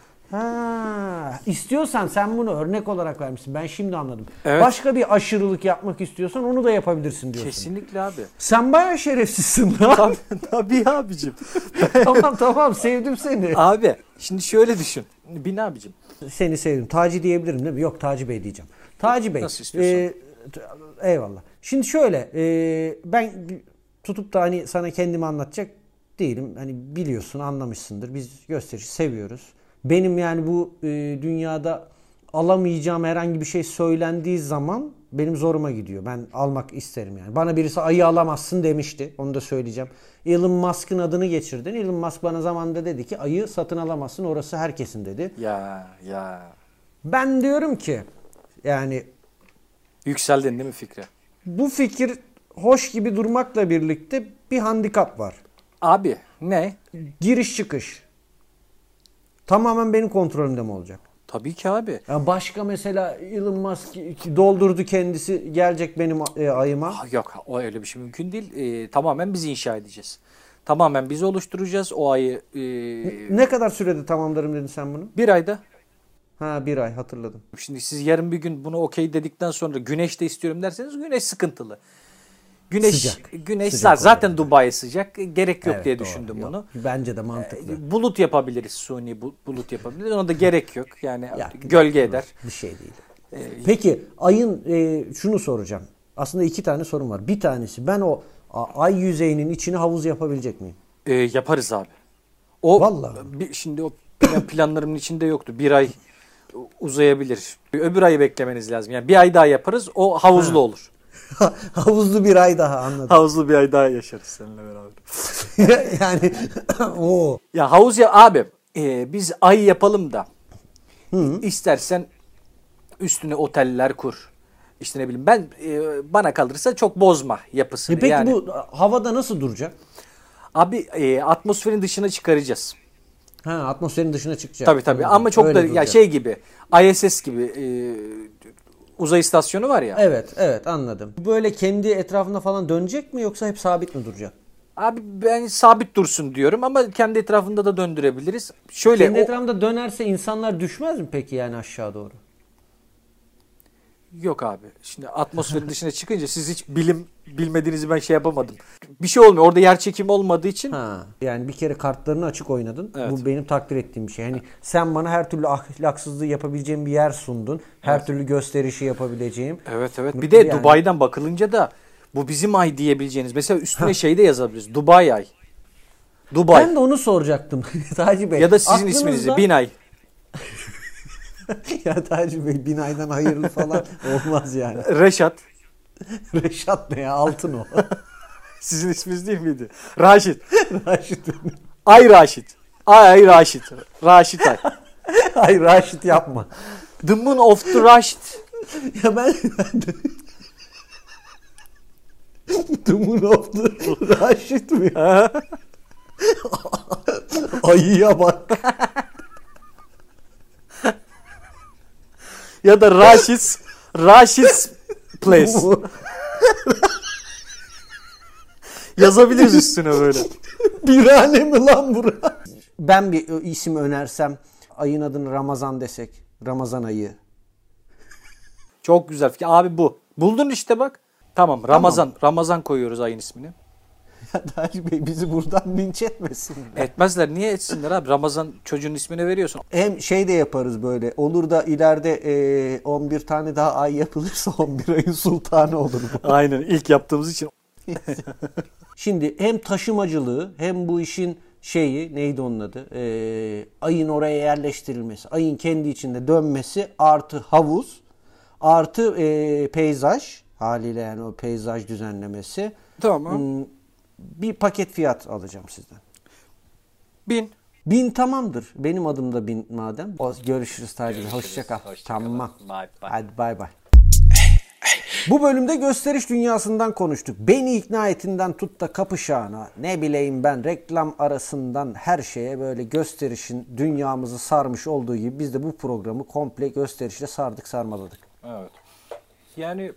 [SPEAKER 1] Ha, istiyorsan sen bunu örnek olarak vermişsin. Ben şimdi anladım.
[SPEAKER 3] Evet.
[SPEAKER 1] Başka bir aşırılık yapmak istiyorsan onu da yapabilirsin diyorsun.
[SPEAKER 3] Kesinlikle abi.
[SPEAKER 1] Sen bayağı şerefsizsin lan.
[SPEAKER 3] Tabii, tabii abicim.
[SPEAKER 1] tamam tamam sevdim seni.
[SPEAKER 3] Abi şimdi şöyle düşün. Bin abicim.
[SPEAKER 1] Seni sevdim. Taci diyebilirim değil mi? Yok Taci Bey diyeceğim. Taci Bey.
[SPEAKER 3] Nasıl istiyorsan.
[SPEAKER 1] e, t- eyvallah. Şimdi şöyle e, ben bi- tutup da hani sana kendimi anlatacak değilim. Hani biliyorsun anlamışsındır. Biz gösterişi seviyoruz. Benim yani bu e, dünyada alamayacağım herhangi bir şey söylendiği zaman benim zoruma gidiyor. Ben almak isterim yani. Bana birisi ayı alamazsın demişti. Onu da söyleyeceğim. Elon Musk'ın adını geçirdin. Elon Musk bana zamanında dedi ki ayı satın alamazsın orası herkesin dedi.
[SPEAKER 3] Ya ya.
[SPEAKER 1] Ben diyorum ki yani
[SPEAKER 3] Yükseldin değil mi Fikre?
[SPEAKER 1] bu fikir hoş gibi durmakla birlikte bir handikap var.
[SPEAKER 3] Abi ne?
[SPEAKER 1] Giriş çıkış. Tamamen benim kontrolümde mi olacak?
[SPEAKER 3] Tabii ki abi.
[SPEAKER 1] Ya başka mesela Elon Musk doldurdu kendisi gelecek benim e, ayıma.
[SPEAKER 3] Ah, Yok o öyle bir şey mümkün değil. Ee, tamamen biz inşa edeceğiz. Tamamen biz oluşturacağız o ayı. ee,
[SPEAKER 1] Ne kadar sürede tamamlarım dedin sen bunu?
[SPEAKER 3] bir ayda.
[SPEAKER 1] Ha bir ay hatırladım.
[SPEAKER 3] Şimdi siz yarın bir gün bunu okey dedikten sonra güneş de istiyorum derseniz güneş sıkıntılı. Güneş
[SPEAKER 1] Sıcak.
[SPEAKER 3] güneş
[SPEAKER 1] Sıcak
[SPEAKER 3] za- zaten Dubai sıcak. Gerek yok
[SPEAKER 1] Evet,
[SPEAKER 3] diye
[SPEAKER 1] doğru.
[SPEAKER 3] düşündüm
[SPEAKER 1] Yok,
[SPEAKER 3] bunu. E,
[SPEAKER 1] Bence de mantıklı.
[SPEAKER 3] Bulut yapabiliriz suni bu- bulut yapabiliriz. Ona da gerek yok. Yani
[SPEAKER 1] Ya,
[SPEAKER 3] gölge eder. Ee,
[SPEAKER 1] Bir şey değil. Peki ayın e, şunu soracağım. Aslında iki tane sorum var. Bir tanesi ben o a- ay yüzeyinin içine havuz yapabilecek miyim?
[SPEAKER 3] Ee, yaparız abi. O
[SPEAKER 1] Vallahi.
[SPEAKER 3] bir- şimdi o plan- planlarımın içinde yoktu. Bir ay uzayabilir. Öbür ayı beklemeniz lazım. Yani bir ay daha yaparız. O havuzlu olur.
[SPEAKER 1] Havuzlu bir ay daha anladım.
[SPEAKER 3] Havuzlu bir ay daha yaşarız seninle beraber.
[SPEAKER 1] yani o
[SPEAKER 3] Ya havuz ya abi e, biz ay yapalım da istersen üstüne oteller kur. İşte ne bileyim ben e, bana kalırsa çok bozma yapısını.
[SPEAKER 1] E peki
[SPEAKER 3] yani,
[SPEAKER 1] bu havada nasıl duracak?
[SPEAKER 3] Abi e, atmosferin dışına çıkaracağız.
[SPEAKER 1] Ha atmosferin dışına çıkacak.
[SPEAKER 3] Tabii tabii
[SPEAKER 1] Anladım.
[SPEAKER 3] ama çok
[SPEAKER 1] Öyle
[SPEAKER 3] da ya
[SPEAKER 1] duracak.
[SPEAKER 3] şey gibi ISS gibi e, uzay istasyonu var ya.
[SPEAKER 1] Evet evet anladım. Bu Böyle kendi etrafında falan dönecek mi yoksa hep sabit mi duracak?
[SPEAKER 3] Abi ben sabit dursun diyorum ama kendi etrafında da döndürebiliriz. Şöyle
[SPEAKER 1] Kendi
[SPEAKER 3] o-
[SPEAKER 1] etrafında dönerse insanlar düşmez mi peki yani aşağı doğru?
[SPEAKER 3] Yok abi. Şimdi atmosferin dışına çıkınca siz hiç bilim bilmediğinizi ben şey yapamadım. Bir şey olmuyor. Orada yer çekimi olmadığı için
[SPEAKER 1] Ha. Yani bir kere kartlarını açık oynadın.
[SPEAKER 3] Evet.
[SPEAKER 1] Bu benim takdir ettiğim bir şey. Yani sen bana her türlü ahlaksızlığı yapabileceğim bir yer sundun. Her türlü gösterişi yapabileceğim.
[SPEAKER 3] Evet evet. Bir de
[SPEAKER 1] Yani-
[SPEAKER 3] Dubai'den bakılınca da bu bizim ay diyebileceğiniz. Mesela üstüne şey de yazabiliriz. Dubai ay. Dubai.
[SPEAKER 1] Ben de onu soracaktım Taci Bey.
[SPEAKER 3] ya da sizin
[SPEAKER 1] Aklınızda-
[SPEAKER 3] isminizi Binay.
[SPEAKER 1] ya Taci Bey binaydan hayırlı falan olmaz yani.
[SPEAKER 3] Reşat.
[SPEAKER 1] Reşat ne ya altın o.
[SPEAKER 3] Sizin isminiz değil miydi? Raşit.
[SPEAKER 1] Raşit.
[SPEAKER 3] Ay Raşit. Ay ay Raşit. Raşit ay.
[SPEAKER 1] Hayır Raşit yapma.
[SPEAKER 3] The moon of the Raşit.
[SPEAKER 1] Ya ben... ben de... Dumun oldu. Raşit mi ya? Ayıya bak.
[SPEAKER 3] Ya da Raşit's Raşit's place. Yazabiliriz üstüne böyle.
[SPEAKER 1] Birane mi lan bura? e, Ben bir isim önersem ayın adını Ramazan desek. Ramazan ayı.
[SPEAKER 3] Çok güzel fikir. Abi bu. Buldun işte bak. Tamam Ramazan. Ramazan koyuyoruz ayın ismini.
[SPEAKER 1] Tahir Bey bizi buradan linç etmesin.
[SPEAKER 3] Etmezler. Niye etsinler abi? Ramazan çocuğun ismini veriyorsun.
[SPEAKER 1] Hem şey de yaparız böyle. Olur da ileride e, 11 tane daha ay yapılırsa 11 ayın sultanı olur bu.
[SPEAKER 3] Aynen ilk yaptığımız için.
[SPEAKER 1] Şimdi hem taşımacılığı hem bu işin şeyi neydi onun adı? Ee, ayın oraya yerleştirilmesi, ayın kendi içinde dönmesi artı havuz artı ee, peyzaj haliyle yani o peyzaj düzenlemesi.
[SPEAKER 3] Tamam.
[SPEAKER 1] Hmm, bir paket fiyat alacağım sizden.
[SPEAKER 3] Bin.
[SPEAKER 1] Bin tamamdır. Benim adım da bin madem. O, görüşürüz Tacir. Hoşça kal. Tamam.
[SPEAKER 2] Bye bye.
[SPEAKER 1] Hadi bay bay. Bu bölümde gösteriş dünyasından konuştuk. Beni ikna etinden tut da kapışağına, ne bileyim ben reklam arasından her şeye böyle gösterişin dünyamızı sarmış olduğu gibi biz de bu programı komple gösterişle sardık sarmaladık.
[SPEAKER 3] Evet. Yani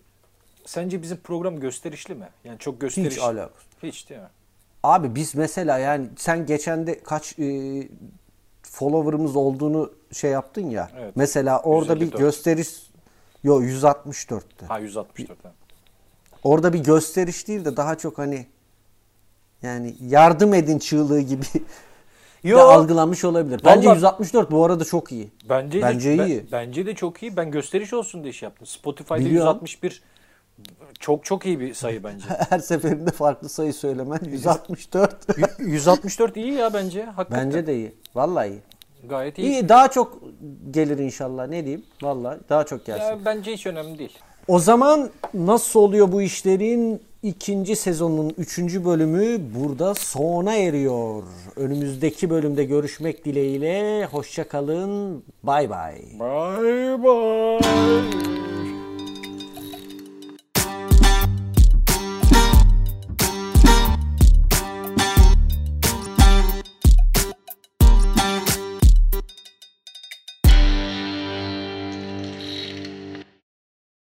[SPEAKER 3] sence bizim program gösterişli mi? Yani çok
[SPEAKER 1] Hiç
[SPEAKER 3] gösterişli.
[SPEAKER 1] alakası.
[SPEAKER 3] Hiç değil mi?
[SPEAKER 1] Abi biz mesela yani sen geçen de kaç e, follower'ımız olduğunu şey yaptın ya.
[SPEAKER 3] Evet.
[SPEAKER 1] Mesela orada bir
[SPEAKER 3] 154.
[SPEAKER 1] gösteriş Yo 164'tü.
[SPEAKER 3] Ha 164. ha.
[SPEAKER 1] Orada bir gösteriş değil de daha çok hani yani yardım edin çığlığı gibi de
[SPEAKER 3] Yo.
[SPEAKER 1] algılanmış olabilir. Bence
[SPEAKER 3] Vallahi-
[SPEAKER 1] 164 bu arada çok iyi.
[SPEAKER 3] Bence de,
[SPEAKER 1] Bence
[SPEAKER 3] ben-
[SPEAKER 1] iyi.
[SPEAKER 3] bence de çok iyi. Ben gösteriş olsun diye şey yaptım. Spotify'da
[SPEAKER 1] Biliyorum.
[SPEAKER 3] 161 çok çok iyi bir sayı bence.
[SPEAKER 1] Her seferinde farklı sayı söylemen 164.
[SPEAKER 3] 164 iyi ya bence. Hakikaten.
[SPEAKER 1] Bence de iyi. Vallahi iyi.
[SPEAKER 3] gayet iyi.
[SPEAKER 1] İyi daha çok gelir inşallah ne diyeyim. Vallahi daha çok gelsin.
[SPEAKER 3] Ya bence hiç önemli değil.
[SPEAKER 1] O zaman nasıl oluyor bu işlerin ikinci sezonun üçüncü bölümü burada sona eriyor. Önümüzdeki bölümde görüşmek dileğiyle. Hoşçakalın. Bay bay.
[SPEAKER 3] Bye bye.